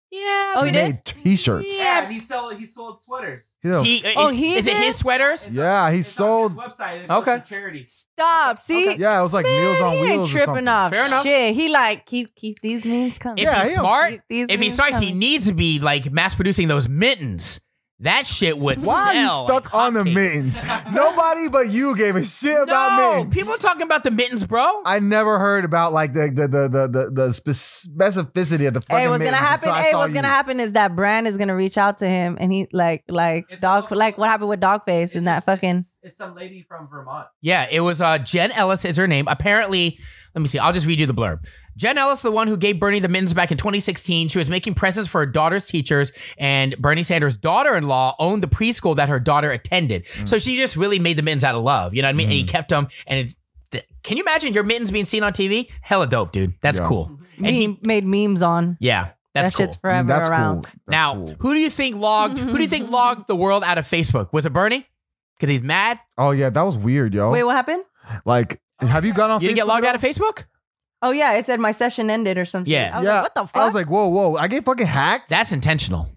A: Yeah.
C: Oh,
B: He
C: he did?
B: made T-shirts.
C: Yeah.
E: Yeah, and he sold he sold sweaters.
B: You know,
A: He,
C: Oh,
A: it-
C: he
A: is it
C: did?
A: his sweaters?
E: It's
B: Yeah,
E: on-
B: he
E: it's on
B: sold-
E: his website. And okay.
A: Okay.
E: Goes to charity.
C: Stop. See,
B: yeah, it was like Meals on
C: he ain't
B: Wheels. or
C: tripping
B: something.
C: off
A: Fair enough.
C: shit. He like keep keep these memes coming.
A: If
B: Yeah,
A: he's
B: yeah.
A: smart,
C: Keep these
A: if he's
C: memes
A: smart, he
C: coming.
A: needs to be like mass producing those mittens. That shit would
B: Why are you
A: sell
B: stuck
A: like
B: on the
A: hotcakes.
B: mittens? Nobody but you gave a shit about
A: no,
B: mittens.
A: people are talking about the mittens, bro.
B: I never heard about like the the the the the, the spec- specificity of the fucking
C: Hey, what's
B: mittens
C: gonna happen?
B: until I
C: Hey,
B: saw
C: what's
B: you.
C: gonna happen is that brand is gonna reach out to him, and he like like
E: It's
C: dog
E: all-
C: like what happened with Dogface and that
E: just-
C: fucking.
E: It's, it's some lady from Vermont.
A: Yeah, it was uh, Jen Ellis is her name. Apparently, let me see. I'll just read you the blurb. Jen Ellis, the one who gave Bernie the mittens back in 2016, she was making presents for her daughter's teachers, and Bernie Sanders' daughter-in-law owned the preschool that her daughter attended.
B: Mm.
A: So she just really made the mittens out of love. You know what I mean? And he kept them. And it, th- can you imagine your mittens being seen on TV? Hella dope, dude. That's
B: Yeah.
A: cool. And
C: he,
A: he,
C: made memes on.
A: yeah, that's
C: Mm-hmm. that
A: cool.
C: shit's
B: I mean,
C: forever
B: that's
C: around.
B: cool. That's
A: now,
B: cool.
A: who do you think logged? who do you think logged the world out of Facebook? Was it Bernie? Because he's mad.
B: oh yeah, that was weird, yo.
C: Wait, what happened?
B: like, have you got on?
A: You didn't get
B: Facebook
A: logged
B: at
A: out of Facebook.
C: Oh yeah, it said my session ended or something.
A: Yeah.
C: I was
B: Yeah.
C: like, what the fuck?
B: all? I was like, whoa, whoa! I get fucking hacked.
A: That's intentional.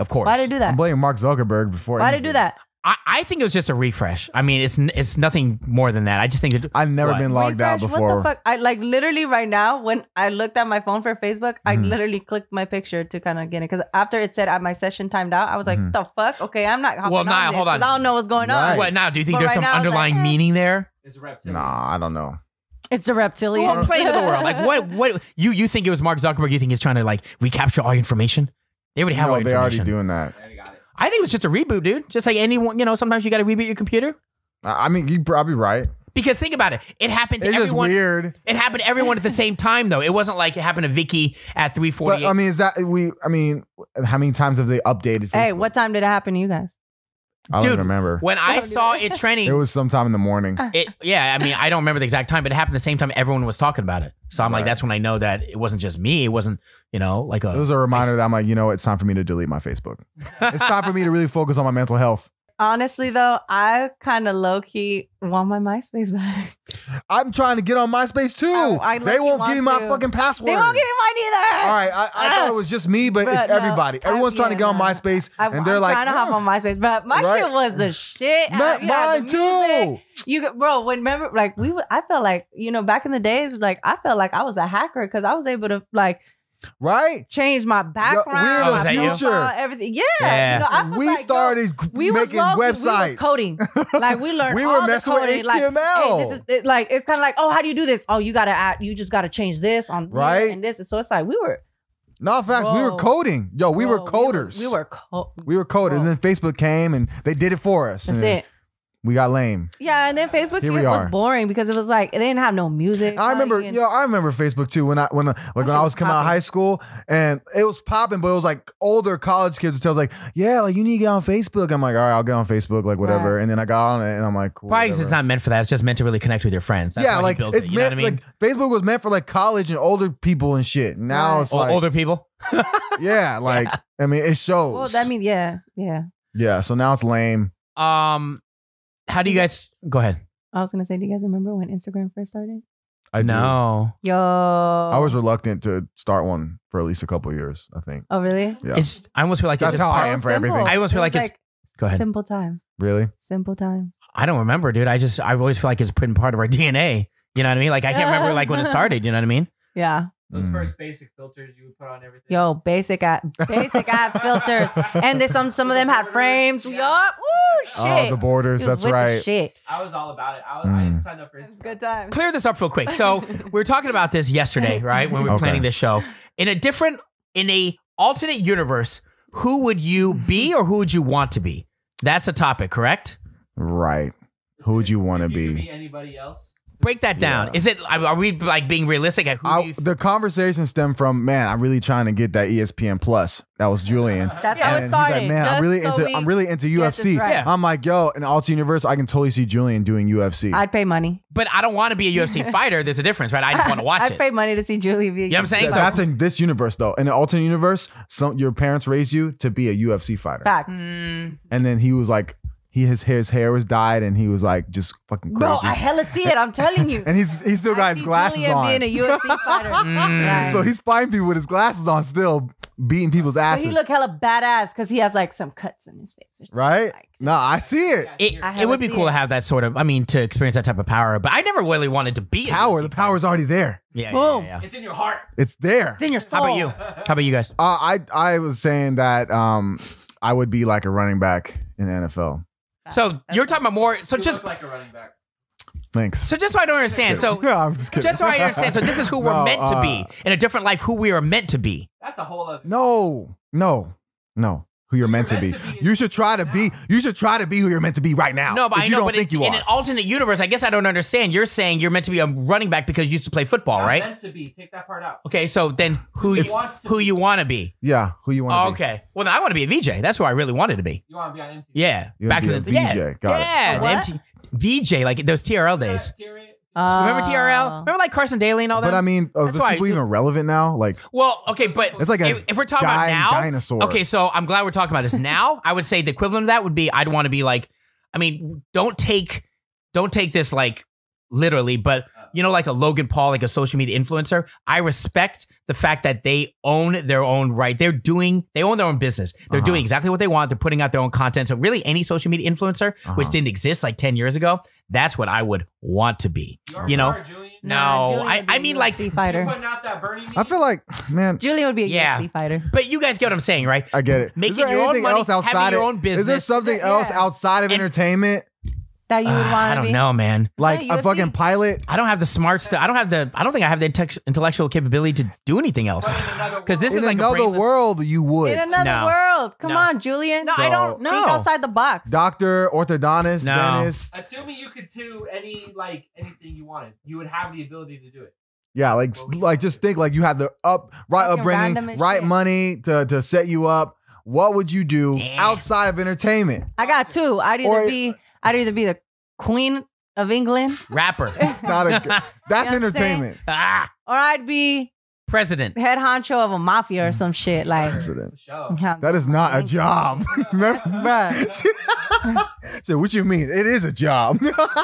A: Of course.
C: Why did it do
B: I'm
C: that?
B: blaming Mark Zuckerberg before.
C: Why did it
B: anything.
C: do that?
A: I, I think it was just a refresh. I mean, it's n- it's nothing more than that. I just think that
B: I've never
A: What?
B: been logged out
C: Refresh,
B: before.
C: What the fuck? I like literally right now when I looked at my phone for Facebook, I
B: Mhm.
C: literally clicked my picture to kind of get it because after it said at my session timed out, I was like,
B: Mhm.
C: the fuck? Okay, I'm not. hopping
A: Well,
C: on
A: Nia,
C: this
A: hold on.
C: 'cause I don't know what's going
B: Right.
C: on.
A: what now? Do you think
C: But
A: there's
C: right
A: some
C: now, I was like,
A: underlying
C: eh.
A: meaning there?
E: Is a reptilian.
B: Nah, I don't know.
C: It's a reptilian.
A: Well, play to the world. Like what what you you think it was Mark Zuckerberg? You think he's trying to like recapture all your information? They already have all
B: no,
A: your
B: they already
A: information.
B: doing that.
E: I got it.
A: I think it was just a reboot, dude. Just like anyone, you know, sometimes you got to reboot your computer.
B: I I mean, you're probably right.
A: Because think about it, it happened to
B: It's just
A: everyone.
B: weird.
A: It happened to everyone at the same time, though. It wasn't like it happened to Vicky at three
B: But
A: forty.
B: I mean, is that we? I mean, how many times have they updated? Facebook?
C: Hey, what time did it happen to you guys?
B: I don't
A: Dude,
B: remember.
A: When I
C: don't do
A: saw
C: that.
A: it trending,
B: It was sometime in the morning.
C: Uh.
A: It, yeah, I mean, I don't remember the exact time, but it happened the same time everyone was talking about it. So I'm
B: Right.
A: like, that's when I know that it wasn't just me. It wasn't, you know, like a.
B: It was a reminder that I'm like, you know, it's time for me to delete my Facebook. It's time for me to really focus on my mental health.
C: Honestly, though, I kind of low key want my MySpace back.
B: I'm trying to get on MySpace too.
C: Oh, I
B: they
C: low-key
B: won't give
C: want
B: me my
C: to.
B: fucking password.
C: They won't give me mine either.
B: All right, I, I thought it was just me, but it's
C: Bruh, no.
B: everybody.
C: I-
B: Everyone's trying to
C: yeah,
B: get on
C: no.
B: MySpace,
C: I,
B: and they're
C: I'm
B: like,
C: trying to hop on MySpace, but my
B: Right.
C: shit was the shit.
B: Ma-
C: You had
B: mine
C: the music.
B: too.
C: You could- bro, when remember like we were, I felt like you know back in the days like I felt like I was a hacker because I was able to like
B: Right?
C: change my background,
B: Weird
A: Oh, was
C: my
A: that you?
C: profile, everything. Yeah,
A: Yeah.
C: You know, I was
B: We
C: like, yo,
B: started
C: we was
B: making
C: low-key,
B: websites.
C: we was coding. Like we learned.
B: We
C: all
B: were
C: the
B: messing with
C: coding. Like,
B: HTML.
C: hey, this is it- like it's kind of like oh how do you do this? Oh you gotta add you just gotta change this on here
B: Right.
C: and this and so it's like we were
B: Not facts. We were
C: Whoa.
B: coding. Yo, Oh, we were
C: bro,
B: coders.
C: We, was- we were co-
B: We were coders. And
C: Whoa.
B: then Facebook came and they did it for us.
C: that's
B: and
C: it.
B: We got lame.
C: Yeah, and then Facebook
B: Here
C: Here
B: we are.
C: was boring because it was like they didn't have no music.
B: I remember,
C: like,
B: yo, I remember Facebook too. When I when like when
C: shit
B: I was
C: was
B: coming out of
C: popping.
B: high school, and it was popping, but it was like older college kids would tell us like, yeah, like you need to get on Facebook. I'm like, all right, I'll get on Facebook, like whatever. And then I got on it, and I'm like, cool,
A: Probably 'cause
B: whatever.
A: it's not meant for that. It's just meant to really connect with your friends. That's
B: yeah,
A: why he
B: like
A: built
B: it's
A: it, you know
B: meant
A: what I mean?
B: like Facebook was meant for like college and older people and shit. Now
C: Right.
B: it's
A: O-
B: like
A: older people.
B: yeah, like I mean, it shows.
C: Well, that means yeah, yeah.
B: yeah. So now it's lame.
A: Um, how do you guys go ahead?
C: I was gonna say, do you guys remember when Instagram first started?
B: I do.
A: no,
C: Yo,
B: I was reluctant to start one for at least a couple years. I think.
C: Oh, really?
B: Yeah.
A: it's. I almost feel like
B: That's
A: it's just
B: how I
A: part-
B: am
C: So
B: for everything.
A: I almost feel
C: It
A: like
C: was
A: it's- Go ahead.
C: Simple times.
B: really?
C: Simple times.
A: I don't remember, dude. I just. I always feel like it's been part of our DNA. You know what I mean? Like I can't remember like when it started. You know what I mean?
C: Yeah.
E: Those
B: Mm.
E: first basic filters you would put on everything.
C: Yo, basic ass, basic ass filters, and then some. Some of them had frames. Yup. Woo, shit.
B: Oh, the borders.
C: Dude,
B: That's
C: with the
B: right.
C: shit.
E: I was all about it. I, was, I
B: Mm.
E: didn't sign up for Instagram.
C: Good times.
A: clear this up real quick. So we were talking about this yesterday, right? When we were
B: Okay.
A: planning this show. In a different, in a alternate universe, who would you be or who would you want to be? That's a topic, correct?
B: Right. Who would you wanna
E: If
B: be?
E: could Anybody else?
A: break that down.
B: Yeah.
A: Is it? Are we like being realistic at who?
B: I-
A: you th-
B: the conversation stemmed from man, I'm really trying to get that E ESPN Plus. That was Julian.
C: That's
A: Yeah.
C: how
B: And
C: it
B: he's
C: started.
B: like, man, I'm
C: just
B: really
C: so
B: into
C: we-
B: I'm really into
C: get this
B: UFC.
C: right.
A: Yeah.
B: I'm like, yo, in Alt Universe, I can totally see Julian doing UFC.
C: I'd pay money.
A: but I don't want to be a UFC fighter. There's a difference, right? I just want to watch
C: I'd
A: it.
C: pay money to see Julie V.
A: You know what I'm saying?
B: Th-
A: So-
B: That's in this universe though. In an alternate universe, some your parents raised you to be a UFC fighter.
C: Facts.
A: Mm,
B: And then he was like, he his hair, his hair was dyed and he was like just fucking crazy.
C: Bro, I hella see it. I'm telling you.
B: and he's he still
C: I
B: got his
C: see
B: glasses
C: Julian
B: on.
C: being a UFC fighter.
A: Mm.
C: Like,
B: so he's fighting people with his glasses on still beating people's
C: but
B: asses.
C: he look hella badass because he has like some cuts in his face or something.
B: right?
C: Like,
B: No, I see it.
A: it,
C: I
A: it would be
C: haven't
A: cool to
C: seen it.
A: have that sort of. I mean, to experience that type of power. But I never really wanted to be a
B: Power.
A: UFC
B: The power's already there.
A: fighter. Yeah,
C: Boom.
A: Yeah, yeah, yeah.
E: It's in your heart.
B: It's there.
C: It's in your soul.
A: How about you? How about you guys?
B: Uh, I I was saying that um I would be like a running back in the NFL.
A: So you're talking about more. So
E: you
A: just
E: look like a running back.
B: Thanks.
A: so just so I don't understand. So
B: no, I'm just kidding.
A: just so I understand. So this is who we're
B: No,
A: meant to
B: uh,
A: be in a different life. Who we are meant to be.
E: That's a whole other.
B: No, no, no. Who you're meant, to, be. You should try to be. You should try to be who you're meant to be right now.
A: No, but
B: if
A: I
B: you
A: know.
B: don't
A: But
B: think
A: in,
B: you
A: in
B: are.
A: an alternate universe, I guess I don't understand. You're saying you're meant to be a running back because you used to play football,
E: Not
A: right?
E: Meant to be. Take that part out.
A: Okay, so then who you,
E: It's- wants to
A: who
E: be.
A: you want to be?
B: yeah, who you want?
A: Oh, okay, well then I want to be a VJ. That's who I really wanted to be.
E: You want to be on MTV?
A: Yeah,
B: You wanna
A: back
B: be
A: to
B: a
A: the
B: VJ.
A: Yeah,
B: Got it.
A: yeah,
C: A
A: the
C: what?
A: MT VJ like those TRL days.
E: Oh.
A: Remember
C: Oh.
A: TRL? Remember like Carson Daly and all that.
B: But I mean, are
A: That's
B: those
A: why I-
B: people even relevant now? Like,
A: well, okay, but
B: It's like a
A: if, if we're talking about
B: dying
A: now,
B: dinosaur.
A: Okay, so I'm glad we're talking about this now. I would say the equivalent of that would be I'd want to be like, I mean, don't take, don't take this like literally, but you know, like a Logan Paul, like a social media influencer. I respect the fact that they own their own right. They're doing, they own their own business. They're
B: Uh-huh.
A: doing exactly what they want. They're putting out their own content. So really, any social media influencer, which
B: Uh-huh.
A: didn't exist like 10 years ago, that's what I would want to be. You know.
E: Julian.
A: No,
C: Julian
A: I-
C: would be
A: I
C: a
A: mean, like-
C: UFC
E: You're
C: fighter.
E: putting out that Bernie.
B: I feel like, man,
C: Julian would be a
A: Yeah.
C: UFC fighter.
A: But you guys get what I'm saying, right?
B: I get it.
A: Making
B: is there
A: your own
B: anything
A: money,
B: else outside
A: having your own
B: of- Is there
A: business.
B: something
C: Yeah.
B: else outside of
A: And-
B: entertainment?
C: That you would
A: Ah,
C: want to be.
A: I don't know, man.
B: Like
C: UFC.
B: a fucking pilot?
A: I don't have the smarts to. I don't have the. I don't think I have the inte- intellectual capability to do anything else. Because this
B: In
A: is like a
B: another
A: brainless-
B: world, you would.
C: In another
A: No.
C: world. Come
A: No.
C: on, Julian.
A: No, I don't know.
C: Think outside the box.
B: Doctor, orthodontist,
A: No.
B: dentist.
E: Assuming you could do any like anything you wanted, you would have the ability to do it.
B: Yeah, like like just think like you had the up right
C: Fucking random
B: upbringing,
C: as
B: right
C: shit.
B: money to to set you up. What would you do
A: Yeah.
B: outside of entertainment?
C: I got two. I'd either
B: Or-
C: be I'd either be the queen of England
A: rapper.
B: It's not a good- that's
C: You know what I'm saying?
B: entertainment.
A: ah,
C: or I'd be
A: president.
C: head honcho of a mafia or some shit. Like
B: President.
E: The show.
B: That is not a job.
C: Bruh.
B: so what you mean? It is a job.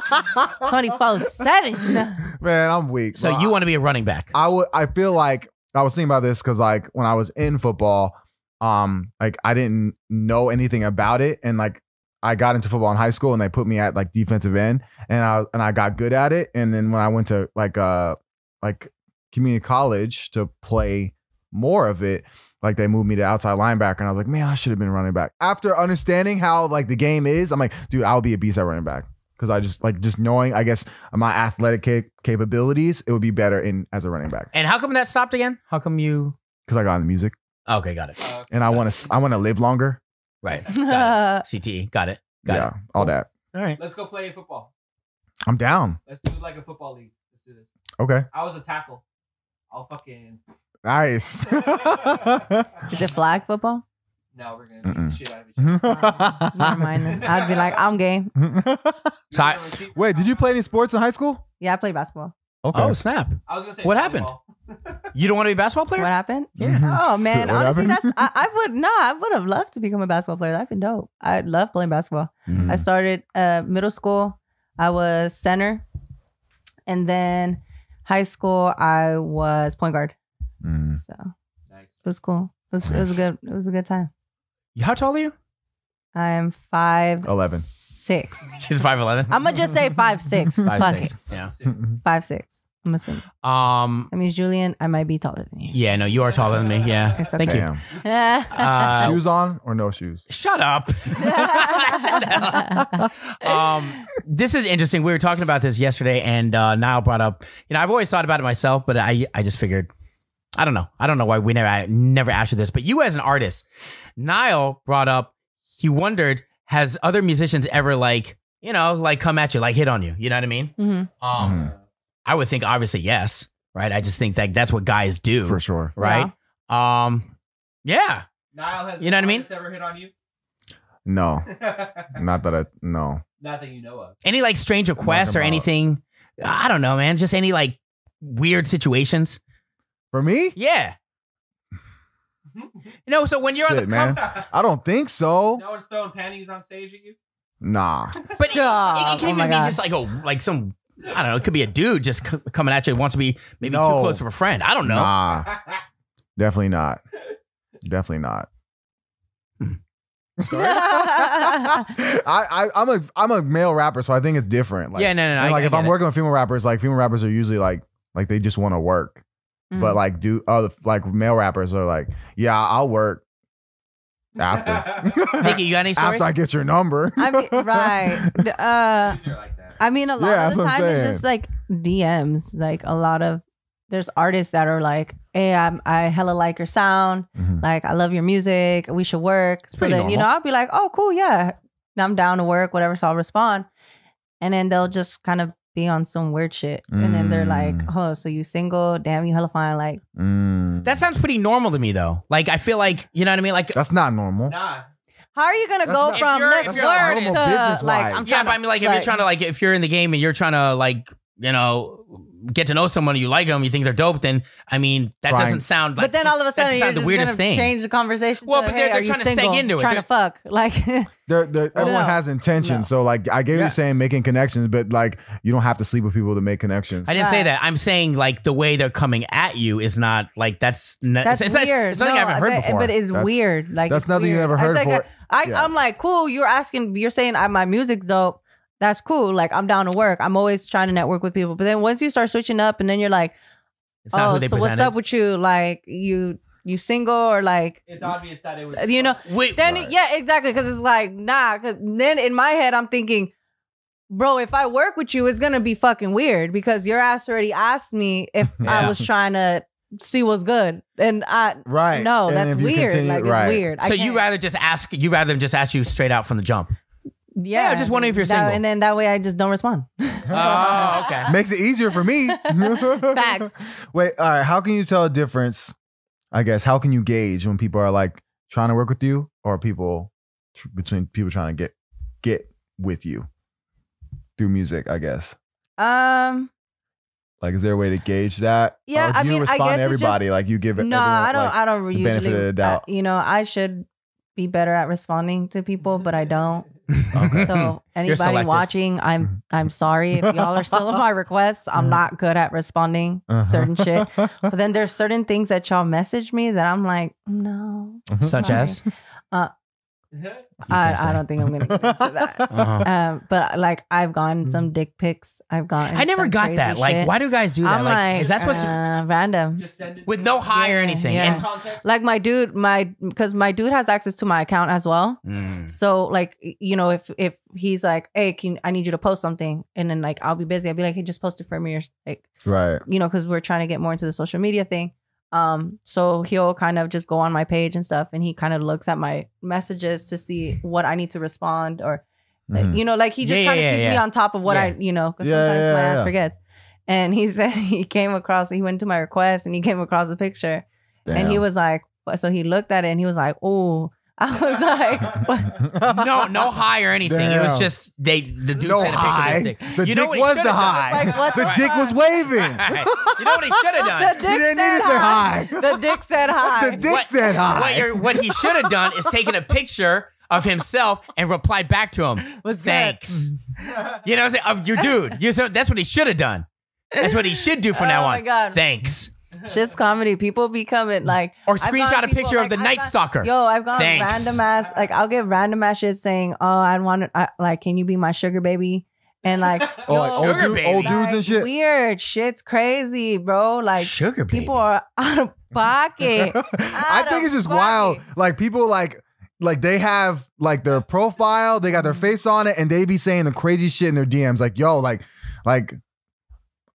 C: 24 7.
B: Man, I'm weak.
A: So
B: bro.
A: you want to be a running back?
B: I would I feel like I was thinking about this because like when I was in football, um, like I didn't know anything about it. And like I got into football in high school and they put me at like defensive end and I and I got good at it. And then when I went to like uh like community college to play more of it, like they moved me to outside linebacker and I was like, man, I should have been running back. After understanding how like the game is, I'm like, dude, I'll be a beast at running back. Cause I just like just knowing, I guess my athletic ca- capabilities, it would be better in as a running back
A: and how come that stopped again? How come you?
B: because I got into music
A: Okay, got it.
E: Uh,
B: and I want to I want to live longer.
A: Right. Got
C: Uh,
A: it. CTE. Got it. Got
B: yeah,
A: it.
B: all that.
A: All right.
E: let's go play football.
B: I'm down.
E: Let's do it like a football league. Let's do this.
B: Okay.
E: I was a tackle. I'll fucking.
B: Nice.
C: is it flag football?
E: No, we're gonna beat the
B: Mm-mm.
E: shit out of each other.
C: Never mind. then. I'd be like, I'm game.
A: So I-
E: You're the receiver.
B: Wait, did you play any sports in high school?
C: Yeah, I played basketball.
B: Okay.
A: Oh snap!
E: I was gonna say.
A: What happened?
E: volleyball.
A: You don't want to be a basketball
C: What
A: player?
C: happened?
A: Yeah.
C: Oh man,
B: What
C: honestly,
B: happened?
C: that's I, I would no, I would have loved to become a basketball player. That'd been dope. I love playing basketball.
B: Mm-hmm.
C: I
B: Mm.
C: started uh, middle school. I was center, and then high school I was point guard.
B: Mm.
C: So it
E: Nice.
C: was cool. It was, it was a
B: Nice.
C: good. It was a good time.
A: How tall are you?
C: I am five
B: 11.
C: six.
A: She's five eleven.
C: I'm gonna just say five six.
A: five
C: Fuck
A: six.
C: it,
A: Yeah.
C: five six. I'm assuming
A: Um.
C: that means Julian. I might be taller than you.
A: Yeah. No, you are taller than me. Yeah.
C: It's
A: Thank you.
B: Damn.
A: Uh,
B: shoes on or no shoes?
A: Shut up. um, this is interesting. We were talking about this yesterday, and uh, Niall brought up. You know, I've always thought about it myself, but I I just figured, I don't know, I don't know why we never I never asked you this, but you as an artist, Niall brought up. He wondered, has other musicians ever like you know like come at you, like hit on you? You know what I mean?
E: Uh,
C: Mhm.
A: Um,
B: Mhm.
A: I would think obviously yes, right? I just think that that's what guys do,
B: for sure.
A: right? Um, yeah,
E: Niall has
A: You know what I
E: the
A: mean?
E: longest ever hit on you?
B: No, not that I no.
E: Nothing you know of.
A: any like strange requests or
B: about-
A: anything? I don't know, man. Just any like weird situations.
B: For me,
A: Yeah. No, so when you're on
B: Shit,
A: the
B: man. I don't think so.
E: no one's throwing panties on stage at you.
B: Nah,
A: But it, it,
C: Stop.
A: it can
C: Oh my
A: even be
C: God.
A: just like a like some I don't know. It could be a dude just c- coming at you who wants to be maybe
B: No.
A: too close of a friend. I don't know.
B: nah, definitely not. Definitely not.
A: Hmm.
B: I, I I'm a I'm a male rapper, so I think it's different. Like,
A: yeah, no, no, no.
B: and,
A: I-
B: like
A: I
B: if I'm
A: get it.
B: working with female rappers, like female rappers are usually like like they just want to work, but
A: Mm-hmm.
B: like do other like male rappers are like, yeah, I'll work after
A: Nikki, you got any stories?
B: after I get your number.
C: Mm-hmm. I mean, right. D- Uh,
E: Dudes are like that.
C: I mean, a lot
B: Yeah,
C: of
B: that's
C: the
B: what I'm
C: time it's
B: saying.
C: just like DMs. Like a lot of there's artists that are like, "Hey, I'm, I hella like your sound.
B: Mhm.
C: Like, I love your music. We should work." so
A: pretty
C: then you know,
A: normal.
C: I'll be like, "Oh, cool, yeah, I'm down to work, whatever." So I'll respond, and then they'll just kind of be on some weird shit, and then they're like,
B: Mm.
C: "Oh, so you single? Damn, you hella fine." Like,
B: Mm.
A: that sounds pretty normal to me though. Like I feel like you know what I mean. Like
B: that's not normal.
E: Nah.
C: how are you gonna
B: That's
C: go
B: not- If
C: from
A: you're-
C: let's
A: if you're an
C: work
A: artist-
C: to like
B: business-wise.
C: I'm
A: yeah,
C: trying
A: but I mean, like if you're trying to like if you're in the game and you're trying to like you know get to know someone you like them, you think they're dope, then I mean that
B: Trying-
A: doesn't sound like
C: but then all of a
A: that
C: sudden, you're
A: sound
C: just
A: the weirdest
C: gonna
A: thing.
C: change the conversation.
A: Well,
C: to,
A: but they're-
C: "Hey,
A: they're
C: are you
A: trying to seg
C: single?
A: into it.
C: Trying
A: They're-
C: to fuck. Like,
B: They're, they're, everyone
C: no.
B: has intention,
C: No.
B: so like I get
A: Yeah.
B: you saying making connections, but like you don't have to sleep with people to make connections.
A: I didn't say
C: Right.
A: that. I'm saying like the way they're coming at you is not like that's n-
C: that's
A: it's, it's,
C: weird.
A: It's something
C: No,
A: I haven't heard
C: but,
A: before.
C: But it's
B: That's-
C: weird. Like
B: that's
C: it's
B: nothing you've
C: weird.
B: ever heard
C: That's like
B: for-
C: a- I,
B: Yeah.
C: I'm like, cool. You're asking. You're saying I, my music's dope. That's cool. Like I'm down to work. I'm always trying to network with people. But then once you start switching up, and then you're like,
A: It's not
C: oh,
A: who they
C: so
A: presented.
C: what's up with you? Like you you single or like
E: It's obvious that it was.
C: you know?
A: Wait,
C: Then
B: Right.
C: yeah, exactly. Because it's like nah. Because then in my head, I'm thinking. Bro, if I work with you, it's gonna be fucking weird because your ass already asked me if I
A: Yeah.
C: was trying to see what's good, and I
B: Right?
C: no,
B: And
C: that's
B: if you
C: weird.
B: continue-
C: like
B: right.
C: it's weird. I
A: so you
C: can't-
A: rather just ask you rather than just ask you straight out from the jump.
C: yeah,
A: Yeah, just wondering if you're
C: that,
A: single.
C: and then that way I just don't respond.
A: Oh, okay.
B: Makes it easier for me.
C: Facts.
B: Wait, all right. How can you tell a difference? I guess how can you gauge when people are like trying to work with you or people tr- between people trying to get get with you through music? I guess.
C: Um,
B: Like, is there a way to gauge that?
C: Yeah,
B: Or do
C: I
B: you
C: mean, I
B: respond
C: guess
B: to
C: it's
B: everybody?
C: just-
B: like, you give
C: no,
B: everyone,
C: I don't.
B: like-
C: I don't
B: the benefit
C: usually.
B: of the doubt.
C: I- you know, I should be better at responding to people, but I don't.
B: Okay.
C: So anybody
A: selective.
C: watching, I'm
B: Mm-hmm.
C: I'm sorry if y'all are still in my requests.
B: Uh-huh.
C: I'm not good at responding certain shit. But then there's certain things that y'all message me that I'm like, no,
A: Such
C: Sorry.
A: as
C: I,
A: can
C: I
A: say.
C: don't think I'm gonna get into that.
A: Uh-huh.
C: um, but like I've
B: Mm-hmm.
C: gotten some dick pics. I've gotten.
A: I never
C: some
A: got
C: crazy
A: that. Like,
C: shit.
A: why do guys do that?
C: I'm
A: Like,
C: like,
A: is that supposed to
C: uh, random?
E: Just send it
A: with no high or
C: yeah,
A: anything?
C: yeah.
A: And,
E: context.
C: Like my dude, my because my dude has access to my account as well.
A: Mm.
C: So like y- you know, if if he's like, hey, can I need you to post something, and then like I'll be busy, I'll be like, hey, just post it for me, or s- like
B: right.
C: you know, because we're trying to get more into the social media thing. Um, so he'll kind of just go on my page and stuff, and he kind of looks at my messages to see what I need to respond, or like,
B: Mhm.
C: you know, like he just
A: Mm-hmm. Yeah,
C: kind of
A: yeah,
C: keeps me
A: yeah.
C: on top of what
A: Yeah.
C: I, you know, because
B: Yeah,
C: sometimes
B: yeah,
C: my ass
B: yeah.
C: forgets. And he said he came across, he went to my request and he came across a picture and he
B: Damn.
C: was like, so he looked at it and he was like, oh, I was like, what?
A: no, no high or anything. It was
B: Damn.
A: just they the dude
B: no
A: sent a picture
B: high.
A: of his dick.
B: The
A: you know
B: dick
A: what he
B: was
A: should've
B: the
A: done?
B: high.
C: Like, what
B: the
C: the
B: dick was
C: fuck?
B: waving.
A: you know what he should have done?
C: The dick
B: You didn't
C: said
B: need to say hi.
C: The dick said hi.
B: The dick said hi.
A: What, you're, what he should have done is taken a picture of himself and replied back to him.
C: was good.
A: Thanks. You know what I'm saying? Of your dude. You so that's what he should have done. That's what he should do from now
C: Oh
A: on.
C: my God.
A: Thanks.
C: Shit's comedy. People be coming like
A: Or
C: I've gone
A: screenshot a
C: people,
A: picture
C: like,
A: of the
C: I've
A: Night
C: gone-
A: Stalker.
C: Yo, I've gone
A: Thanks.
C: random ass. Like I'll get random ass shit saying, "Oh, I want to I, like, can you be my sugar baby?" And like,
B: Oh, like
C: yo,
B: old,
A: Sugar
B: dude,
A: baby.
B: old dudes
C: like,
B: and shit.
C: Weird shit's crazy, bro. Like
A: Sugar baby.
C: people are out of pocket.
B: I think it's just wild. Like people like like they have like their profile, they got their face on it, and they be saying the crazy shit in their DMs. Like, yo, like, like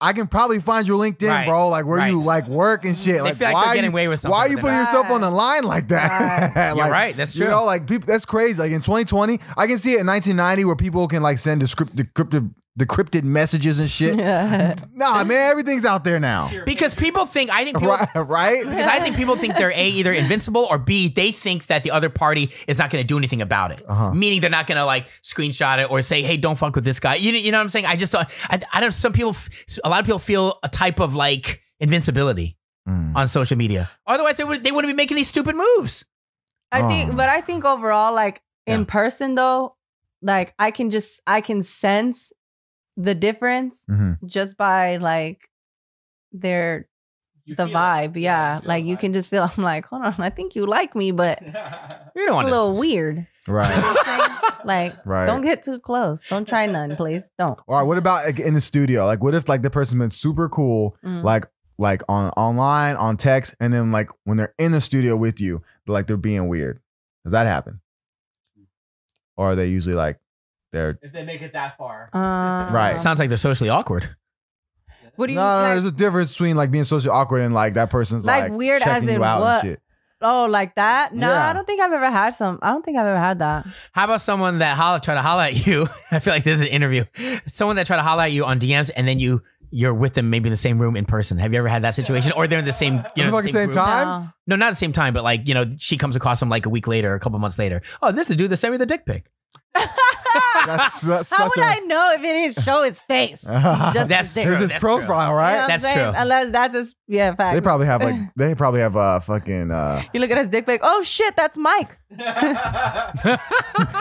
B: I can probably find your LinkedIn,
A: Right.
B: bro. Like where you
A: Right.
B: like work and shit.
A: They
B: Like,
A: feel like
B: why
A: they're
B: are
A: getting
B: you,
A: away with something.
B: why are you
A: but
B: putting
A: they're-
B: yourself on the line like that?
C: Right.
A: You're
B: Like,
A: right. That's true.
B: You know, like people, that's crazy. Like in 2020, I can see it in 1990 where people can like send descript- descriptive the cryptid messages and shit.
C: Yeah.
B: Nah, man, everything's out there now.
A: Because people think I think people
B: Right? right?
A: because I think people think they're a either invincible or b they think that the other party is not going to do anything about it,
B: Uh-huh.
A: meaning they're not going to like screenshot it or say, "Hey, don't fuck with this guy." You, you know what I'm saying? I just don't. I, I don't. Some people, a lot of people feel a type of like invincibility
B: Mm.
A: on social media. Otherwise, they would they wouldn't be making these stupid moves.
C: I
B: Oh.
C: think, but I think overall, like
A: Yeah.
C: in person though, like I can just I can sense the difference
B: Mhm.
C: just by like their
E: You
C: the
E: feel it.
C: vibe. Yeah,
E: you feel
C: like
E: the
C: you
E: vibe.
C: can just feel. I'm like, hold on, I think you like me, but
A: You
C: it's
A: don't
C: a
A: want
C: little
A: to
C: weird.
B: Right.
C: Like,
B: Right.
C: don't get too close. Don't try none, please. Don't.
B: All right. What about like, in the studio? Like, what if like the person's been super cool,
C: Mm.
B: like like on online, on text, and then like when they're in the studio with you, like they're being weird. Does that happen? Or are they usually like they're
E: if they make it that far.
C: Uh,
B: Right.
A: Sounds like they're socially awkward.
C: What do
B: no,
C: you
B: no, no,
C: like,
B: There's a difference between like being socially awkward and like that person's like,
C: Like, weird
B: checking
C: as in
B: you out
C: what?
B: and shit.
C: Oh, like that? No,
B: Yeah.
C: I don't think I've ever had some. I don't think I've ever had that.
A: How about someone that holla try to holla at you? I feel like this is an interview. Someone that try to holla at you on DMs and then you you're with them maybe in the same room in person. Have you ever had that situation? Or they're in the same you know
B: the fucking same
A: group?
B: time?
A: No,
C: No.
A: not at the same time, but like you know she comes across him like a week later, a couple months later. Oh, this is the dude that sent me the dick pic.
B: That's, that's
C: How
B: such
C: would
B: a
C: I know if it didn't show his face?
A: That's
C: Just his dick.
A: true.
B: There's his
A: that's
B: profile,
C: You know what
B: right?
C: I'm
A: That's
C: saying?
A: true.
C: Unless that's his, yeah, fact.
B: They probably have like they probably have a uh, fucking uh
C: you look at his dick pic. Oh shit, that's Mike.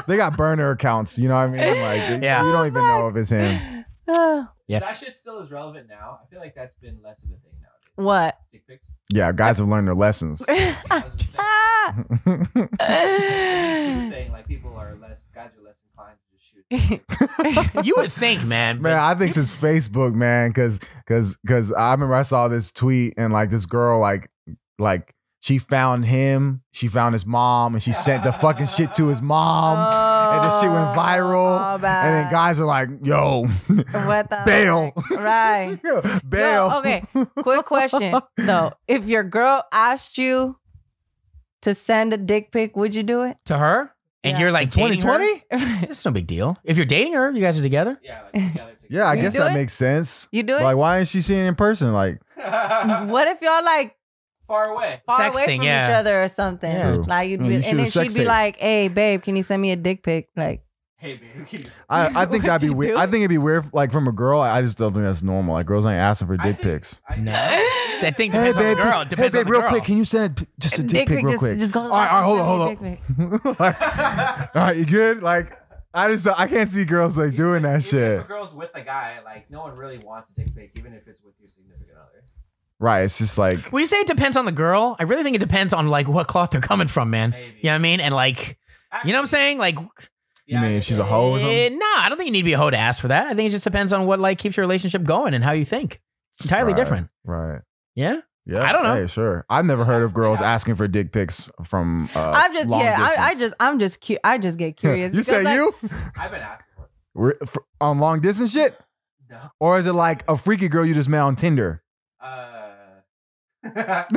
B: they got burner accounts, you know what I mean? Like
A: Yeah.
B: you don't even know if it's him.
C: Ah,
A: Yeah.
E: That shit still is relevant now. I feel like that's been less of a thing nowadays.
C: what?
E: Dick pics.
B: Yeah, guys have learned their lessons.
E: I was just saying,
C: Mm. Ah.
B: Um,
E: it's a thing. Like people are less, guys are less inclined to just shoot.
A: You would think, man.
B: Man, I think it's Facebook, man, because because because I remember I saw this tweet and like this girl like like she found him, she found his mom, and she sent the fucking shit to his mom, and this shit went viral,
C: Oh, bad.
B: and then guys are like, "Yo,
C: What the
B: bail,
C: Right.
B: bail."
C: No, okay. Quick question though. If your girl asked you to send a dick pic, would you do it?
A: to her? And
C: Yeah.
A: you're like
B: Twenty
A: dating her?
B: twenty?
A: It's no big deal. If you're dating her, you guys are together.
E: Yeah, like together.
B: Yeah, I
C: You
B: guess
C: do
B: that
C: it?
B: makes sense.
C: you do it?
B: Like, uh, why isn't she seeing it in person? Like,
E: guess.
C: what if y'all like
E: Far away.
C: far away
A: Sexting,
C: from
A: yeah.
C: each other or something?
A: Yeah.
B: True.
C: Like you'd
B: Yeah,
C: be,
B: you shoot
C: and
B: a
C: then she'd
B: sex
C: be
B: tape.
C: like, "Hey, babe, can you send me a dick pic?" Like,
E: Hey, baby. can you s-
B: I, I think that'd be
C: You
B: weird.
C: do
B: I
C: it?
B: think it'd be weird, if, like from a girl. I I just don't think that's normal. Like, girls ain't asking for
E: I
B: dick
E: think-
B: pics.
E: I-
A: No. That thing
B: Hey,
A: depends on the
B: babe,
A: girl. It
B: can- hey,
A: Depends
B: babe,
A: on the
B: real
A: girl.
B: quick, can you send a, p- just a dick, pic, real
C: just-
B: quick?
C: Just go
B: all right, all right, hold on, hold on. like, all right, you good? Like, I just I can't see girls like doing
E: Even
B: that
E: if- even
B: shit.
E: If a girl's with a guy, like no one really wants a dick pic, even if it's with your significant other.
B: Right? It's just like
A: When you say it depends on the girl, I really think it depends on like what cloth they're coming from, man.
E: Maybe.
A: You know what I mean? And like, you know what I'm saying? Like,
B: you mean if she's a hoe or something?
A: eh, no, I don't think you need to be a hoe to ask for that. I think it just depends on what like keeps your relationship going and how you think. Entirely
B: Right,
A: different.
B: Right.
A: Yeah.
B: Yeah.
A: I don't know.
B: Hey, sure. I've never heard of girls asking for dick pics from. Uh,
C: I'm just
B: long
C: yeah. I, I
B: distance.
C: just I'm just cu- I just get curious.
B: you
C: because,
B: say
C: like,
B: you
E: I've been asked before.
B: Re- for, on long distance shit,
E: No.
B: or is it like a freaky girl you just met on Tinder?
E: Uh.
A: His,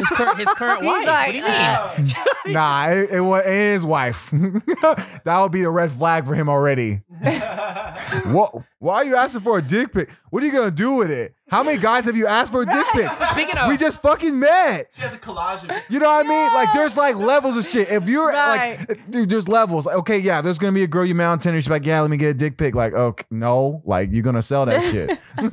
A: cur- his current
C: He's
A: wife. what
C: like,
A: do you mean?
E: uh,
B: Nah, it, it was his wife. that would be the red flag for him already.
E: Uh,
B: Whoa, why are you asking for a dick pic? What are you gonna do with it? How many guys have you asked for a dick pic?
A: Speaking of,
B: We just fucking met.
E: she has a collage of it.
B: You know what I mean? Like, there's like levels of shit. If you're like,
C: Right.
B: dude, there's levels. Like, okay, yeah, there's gonna be a girl you met on Tinder. She's like, yeah, let me get a dick pic. Like, okay, no, like you're gonna sell that shit.
E: She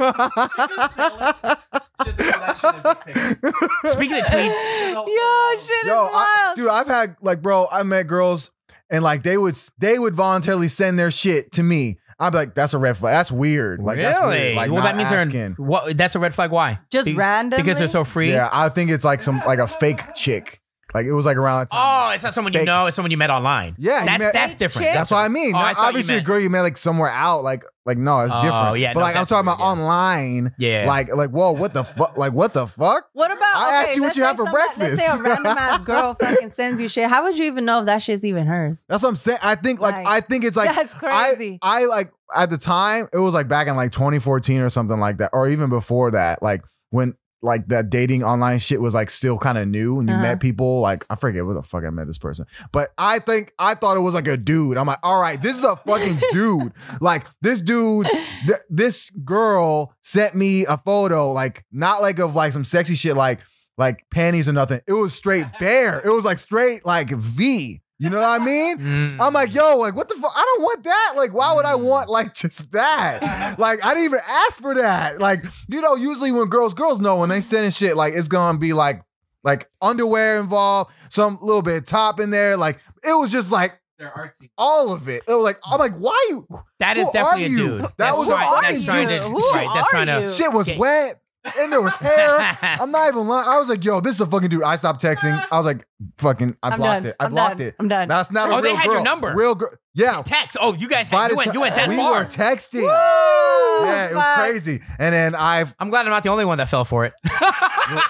E: has a collection of dick pics.
C: "Oh."
A: speaking of tweets,
C: Yo, shit
B: Yo,
C: is
B: I,
C: wild.
B: dude, I've had like, bro, I met girls and like they would they would voluntarily send their shit to me. I'd be like, that's a red flag. That's weird. Like,
A: really?
B: that's weird. Like,
A: well,
B: not
A: that means they're in,
B: asking.
A: what, that's a red flag. Why?
C: just
A: Be-
C: randomly
A: Because they're so free.
B: Yeah, I think it's like some like a fake chick. Like it was like around that time.
A: Oh, it's not someone you
B: Fake.
A: know. It's someone you met online.
B: Yeah, you
A: Oh, that's
B: met-
A: that's different.
C: Fake
B: that's what I mean.
A: Oh, I
B: Not
A: thought you
B: obviously, a
A: meant-
B: girl you met like somewhere out. Like, like no, it's
A: Oh,
B: different.
A: yeah,
B: but
A: no,
B: like I'm
A: that's
B: talking about
A: weird, yeah.
B: online.
A: Yeah.
B: Like, like whoa, what the fuck? Like what the fuck?
C: What about?
B: I
C: okay,
B: asked you what
C: let's
B: you
C: say
B: had for
C: somebody- Let's say a
B: breakfast.
C: random ass girl fucking sends you shit. How would you even know if that shit's even hers?
B: That's what I'm saying. I think like,
C: Like,
B: I think it's like
C: that's
B: I-
C: crazy.
B: I, like at the time it was like back in like 2014 or something like that, or even before that. Like when like that dating online shit was like still kind of new and you
C: Uh-huh.
B: met people like I forget where the fuck I met this person but I think I thought it was like a dude I'm like all right this is a fucking dude like this dude th- this girl sent me a photo like not like of like some sexy shit like like panties or nothing it was straight bare it was like straight like V you know what I mean
A: Mm.
B: I'm like, yo, like, what the fuck? I don't want that. Like, why would I want like just that? Like, I didn't even ask for that. Like, you know, usually when girls, girls know when they sending shit, like, it's gonna be like, like underwear involved, some little bit of top in there. Like, it was just like
E: They're artsy.
B: all of it. It was like, I'm like, why you?
A: that is
B: who
A: definitely
B: are
A: a
B: you?
A: dude.
B: That
A: that's
B: was-
A: trying-
B: Who are
A: that's trying to
C: you? Who
A: right. That's
C: are
A: trying
C: you?
A: to.
B: Shit was
A: Okay.
B: wet. And there was hair. I'm not even lying. I was like, yo, this is a fucking dude. I stopped texting. I was like, fucking, I
C: I'm
B: blocked
C: done.
B: it. I
C: I'm
B: blocked
C: done.
B: it.
C: I'm done.
B: That's not a
A: Oh,
B: real
A: they had your
B: girl.
A: number.
B: Real girl. Yeah.
A: Text. Oh, you guys
B: By
A: had, you,
B: the
A: went,
B: ti-
A: you went that
B: we
A: far.
B: were texting. Yeah, it was
C: Fuck.
B: crazy. And then I've
A: I'm glad I'm not the only one that fell for it.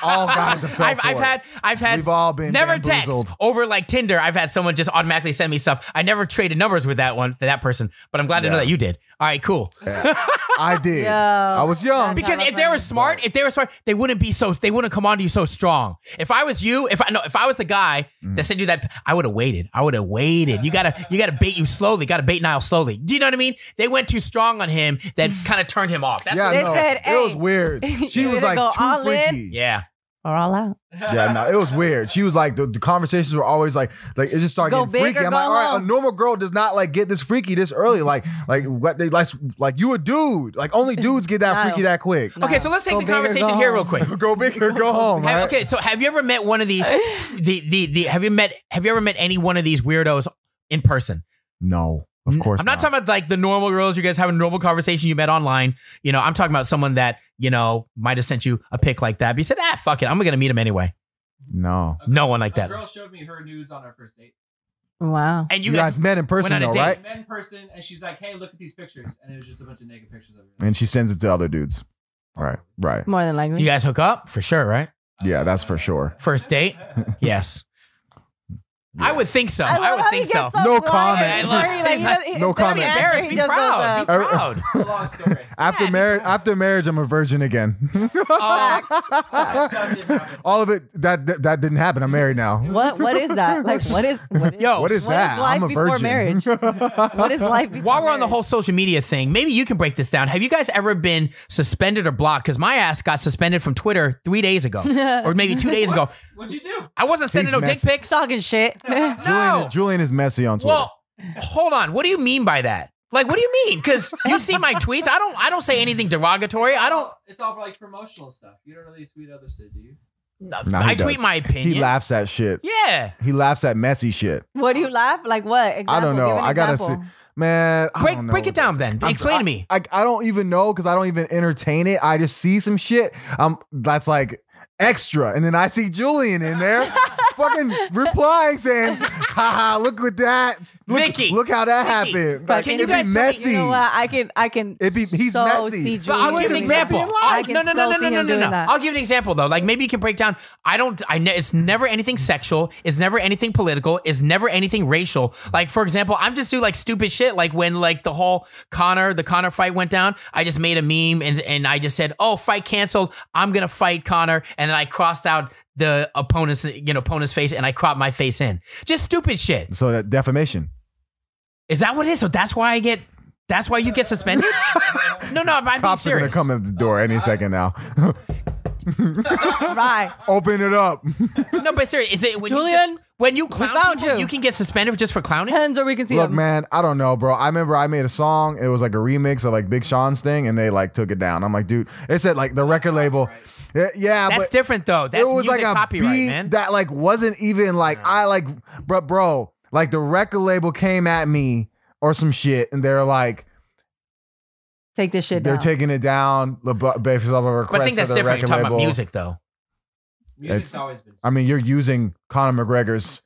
B: all guys have fell
A: I've,
B: for
A: I've
B: it.
A: had, I've had,
B: We've all been
A: never text
B: bamboozled.
A: over like Tinder. I've had someone just automatically send me stuff. I never traded numbers with that one, that person. But I'm glad to know
B: Yeah.
A: that you did. All right, cool.
B: I did.
C: Yo.
B: I was young.
C: That's-
A: Because
C: Yeah,
A: if they were
C: right.
A: smart, if they were smart, they wouldn't be so. They wouldn't come on to you so strong. If I was you, if I no, if I was the guy that sent you that, I would have waited. I would have waited. You gotta, you gotta bait you slowly. Gotta bait Niall slowly. Do you know what I mean? They went too strong on him. That kind of turned him off. That's
B: yeah,
A: what-
C: They
B: no,
C: said,
B: it was
C: "Hey,
B: weird. She
C: you
B: was
C: either
B: like
C: go
B: too
C: all in-
B: freaky.
A: yeah.
C: Or all out.
B: Yeah, no, it was weird. She was like the, the conversations were always like like it just started
C: Go
B: getting
C: big
B: freaky.
C: or
B: I'm like,
C: go
B: all right,
C: home.
B: a normal girl does not like get this freaky this early. Like like what they like like you a dude. Like only dudes get that
C: No.
B: freaky that quick.
A: Okay, so let's take
C: Go
A: the
C: big or go
A: conversation here real
C: home.
A: quick.
B: go big or go home.
A: Have-
B: right?
A: okay, so have you ever met one of these? The, the the have you met have you ever met any one of these weirdos in person?
B: No, of course.
A: I'm not, talking about like the normal girls you guys have a normal conversation you met online. You know, I'm talking about someone that you know might have sent you a pic like that. But you said, ah, fuck it, I'm gonna meet him anyway.
B: No.
E: A
A: No
E: girl-
A: one like
E: A
A: that.
E: girl showed me her nudes on our first date.
C: Wow.
A: And
B: You,
A: you,
B: guys,
A: guys,
B: met in person
A: on a
B: though,
A: date.
B: right?
E: Men person, and she's like, "Hey, look at these pictures," and it was just a bunch of naked pictures of her.
B: And she sends it to other dudes. Right. Right.
C: More than likely.
A: you guys hook up for sure, right?
B: Yeah, that's for sure.
A: First date, yes. I would think so. I, would think so.
B: so- No comment.
A: I love- he's like,
B: no comment.
A: Embarrassed, be proud. Be
B: goes, uh,
A: proud.
E: It's a long story.
B: After
A: Yeah,
B: marriage, after marriage, I'm a virgin again.
A: Uh,
E: That stuff didn't happen.
B: All of it that that, that didn't happen. I'm married now.
C: What what is that? Like what is what is,
A: Yo,
B: What is
C: what
B: that?
C: is life
B: I'm a
C: before
B: virgin.
C: marriage? what is life before
A: While we're on the
C: marriage?
A: whole social media thing, maybe you can break this down. Have you guys ever been suspended or blocked? Because my ass got suspended from Twitter three days ago, or maybe two days ago.
E: What'd you do?
A: I wasn't sending no
B: He's
A: dick
B: messy.
A: pics.
C: talking shit?
A: No.
B: Julian, Julian is messy on Twitter.
A: Well, hold on. What do you mean by that? Like, what do you mean? Because you see my tweets. I don't. I don't say anything derogatory. I don't.
E: It's all like promotional stuff. You don't really tweet other shit, do you?
B: Nah, he
A: I tweet
B: does.
A: my
B: he
A: opinion.
B: laughs at shit.
A: Yeah.
B: He laughs at messy shit.
C: what do you laugh? Like what? Example.
B: I don't know.
C: Give an
B: I gotta
C: example.
B: see, man. I
A: Break
B: don't know.
A: break it down, then.
B: I'm-
A: Explain
B: I-
A: to me.
B: I, I don't even know because I don't even entertain it. I just see some shit. Um, that's like extra, and then I see Julian in there, fucking replying saying, "Haha, look with that, look,
A: Nikki.
B: look how that
A: Nikki.
B: happened."
A: But
B: Like,
A: can you
B: it'd
A: guys
B: be
A: tell me-
B: messy.
C: You know what? I can I can.
B: It'd be- he's
C: so
B: messy.
C: See
A: But I'll
C: Julian
A: give an
C: doing
A: example.
C: that. I
A: I'll,
C: can
A: no, no, no,
C: so
A: no, no,
C: see
A: no,
C: him
A: no,
C: doing
A: no.
C: that.
A: I'll give an example though. Like maybe you can break down. I don't. I. Ne- it's never anything sexual. It's never anything political. It's never anything racial. Like for example, I'm just do like stupid shit. Like when like the whole Connor the Connor fight went down, I just made a meme and and I just said, oh, fight canceled. I'm gonna fight Connor, and then I crossed out the opponent's you know opponent's face and I cropped my face in. Just stupid shit.
B: So that defamation.
A: Is that what it is? So that's why I get. That's why you get suspended. no, no, I'm being
B: Cops are gonna
A: serious.
B: come at the door any second now.
C: Right.
B: Open it up.
A: No, but seriously, is it when you
C: Julian,
A: just, when you clown
C: found
A: people,
C: you.
A: you can get suspended just for clowning?
C: Hands where we can see
B: Look,
C: him.
B: man, I don't know, bro. I remember I made a song. It was like a remix of like Big Sean's thing, and they like took it down. I'm like, dude, it said like the record label. Yeah, yeah
A: That's
B: but
A: different though. That's
B: it was
A: music
B: like a
A: copyright,
B: beat
A: man.
B: that like wasn't even like I like, bro, bro, like the record label came at me or some shit, and they're like
C: Take this shit
B: they're
C: down.
B: taking it down the bu- basis of a request.
A: but I think that's
B: of the
A: different. You're
B: record
A: talking
B: label.
A: about music though.
E: Music's
B: It's-
E: always been.
B: I mean, you're using Conor McGregor's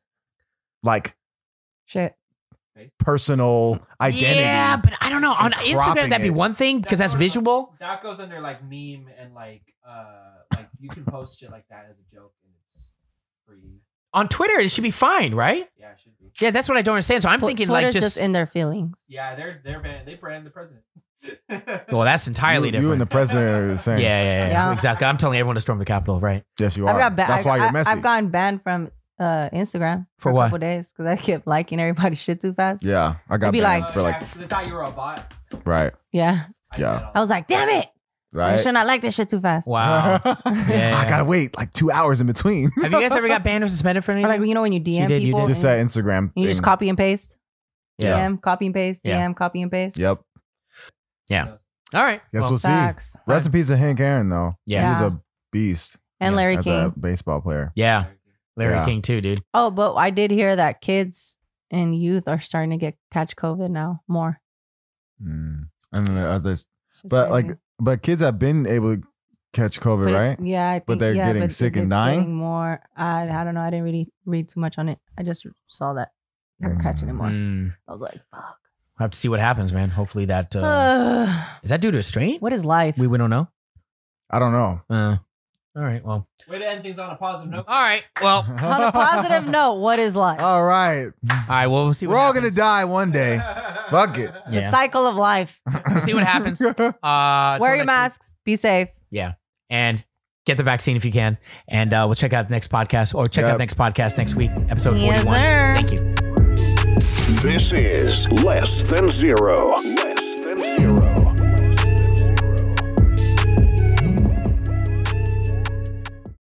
B: like
C: shit.
B: personal identity.
A: Yeah, but I don't know. On
B: and cropping
A: Instagram, that'd be
B: it.
A: one thing because that's
E: what I'm-
A: visual.
E: That goes under like meme and like uh like you can post shit like that as a joke and it's free.
A: On Twitter, it should be fine, right?
E: Yeah, it should be.
A: Yeah, that's what I don't understand. So I'm
C: Tw-
A: thinking like
C: Twitter's
A: just,
C: just in their feelings.
E: Yeah, they're they're banned. They brand the president.
A: Well, that's entirely
B: you,
A: different.
B: You and the president are the
A: yeah,
B: same.
A: yeah, yeah, yeah.
C: Yeah.
A: exactly. I'm telling everyone to storm the Capitol, right?
B: Yes, you are.
C: I've got ba-
B: That's
C: I,
B: why you're
C: I-
B: messy.
C: I've gotten banned from uh, Instagram
A: For
C: a
A: what?
C: couple days because I kept liking everybody's shit too fast.
B: yeah, I got
C: It'd be
B: banned
E: Uh,
B: for like
E: yeah, 'cause they thought you were a bot.
B: right,
C: Yeah,
E: I
B: Yeah.
E: get all
C: I was like, damn it! So I
B: right.
C: should not like this shit too fast.
A: Wow. Yeah.
B: I gotta wait like two hours in between.
A: Have you guys ever got banned or suspended for
C: Or
A: anything?
C: like you know when you DM
A: did, you
C: people,
A: did.
B: Just
C: and
B: that Instagram.
C: you just
B: thing.
C: copy and paste.
A: Yeah.
C: DM, copy and paste.
A: Yeah.
C: DM, copy and paste.
B: Yep.
A: Yeah. All right.
B: Guess
A: Well,
B: we'll see.
C: Facts.
B: Rest in peace to Hank Aaron though.
A: Yeah.
B: He's
C: Yeah.
B: a beast.
C: And
B: Yeah,
C: Larry
B: as
C: King.
B: a baseball player.
A: yeah. Larry
B: Yeah.
A: King too, dude.
C: Oh, but I did hear that kids and youth are starting to get catch COVID now more.
B: Mm. And then there are others,
C: It's
B: but
C: crazy.
B: like, but kids have been able to catch COVID,
C: But it's-
B: right?
C: Yeah, I think,
B: But they're
C: yeah,
B: getting
C: but
B: sick
C: it's
B: and dying?
C: getting more. I I don't know. I didn't really read too much on it. I just saw that they're catching it more.
A: Mm.
C: I was like, fuck.
A: We'll have to see what happens, man. Hopefully that uh,
C: Ugh.
A: is that due to a strain?
C: what is life?
A: We we don't know.
B: I don't know.
A: Uh, all right. Well.
E: Way to end things on a positive note.
A: All right. Well.
C: on a positive note, what is life?
B: All right.
A: All right. Well, we'll see.
B: We're
A: what
B: all going to
A: happens.
B: die one day. Fuck it.
C: It's
A: Yeah.
C: a cycle of life.
A: We'll see what happens. Uh, till
C: Wear your
A: next week.
C: masks. Be safe.
A: and get the vaccine if you can. And uh, we'll check out the next podcast or check out
B: Yep.
A: the next podcast next week, episode
C: Yes,
A: 41.
C: sir.
A: Thank you.
D: This is Less Than Zero. Less Than Zero.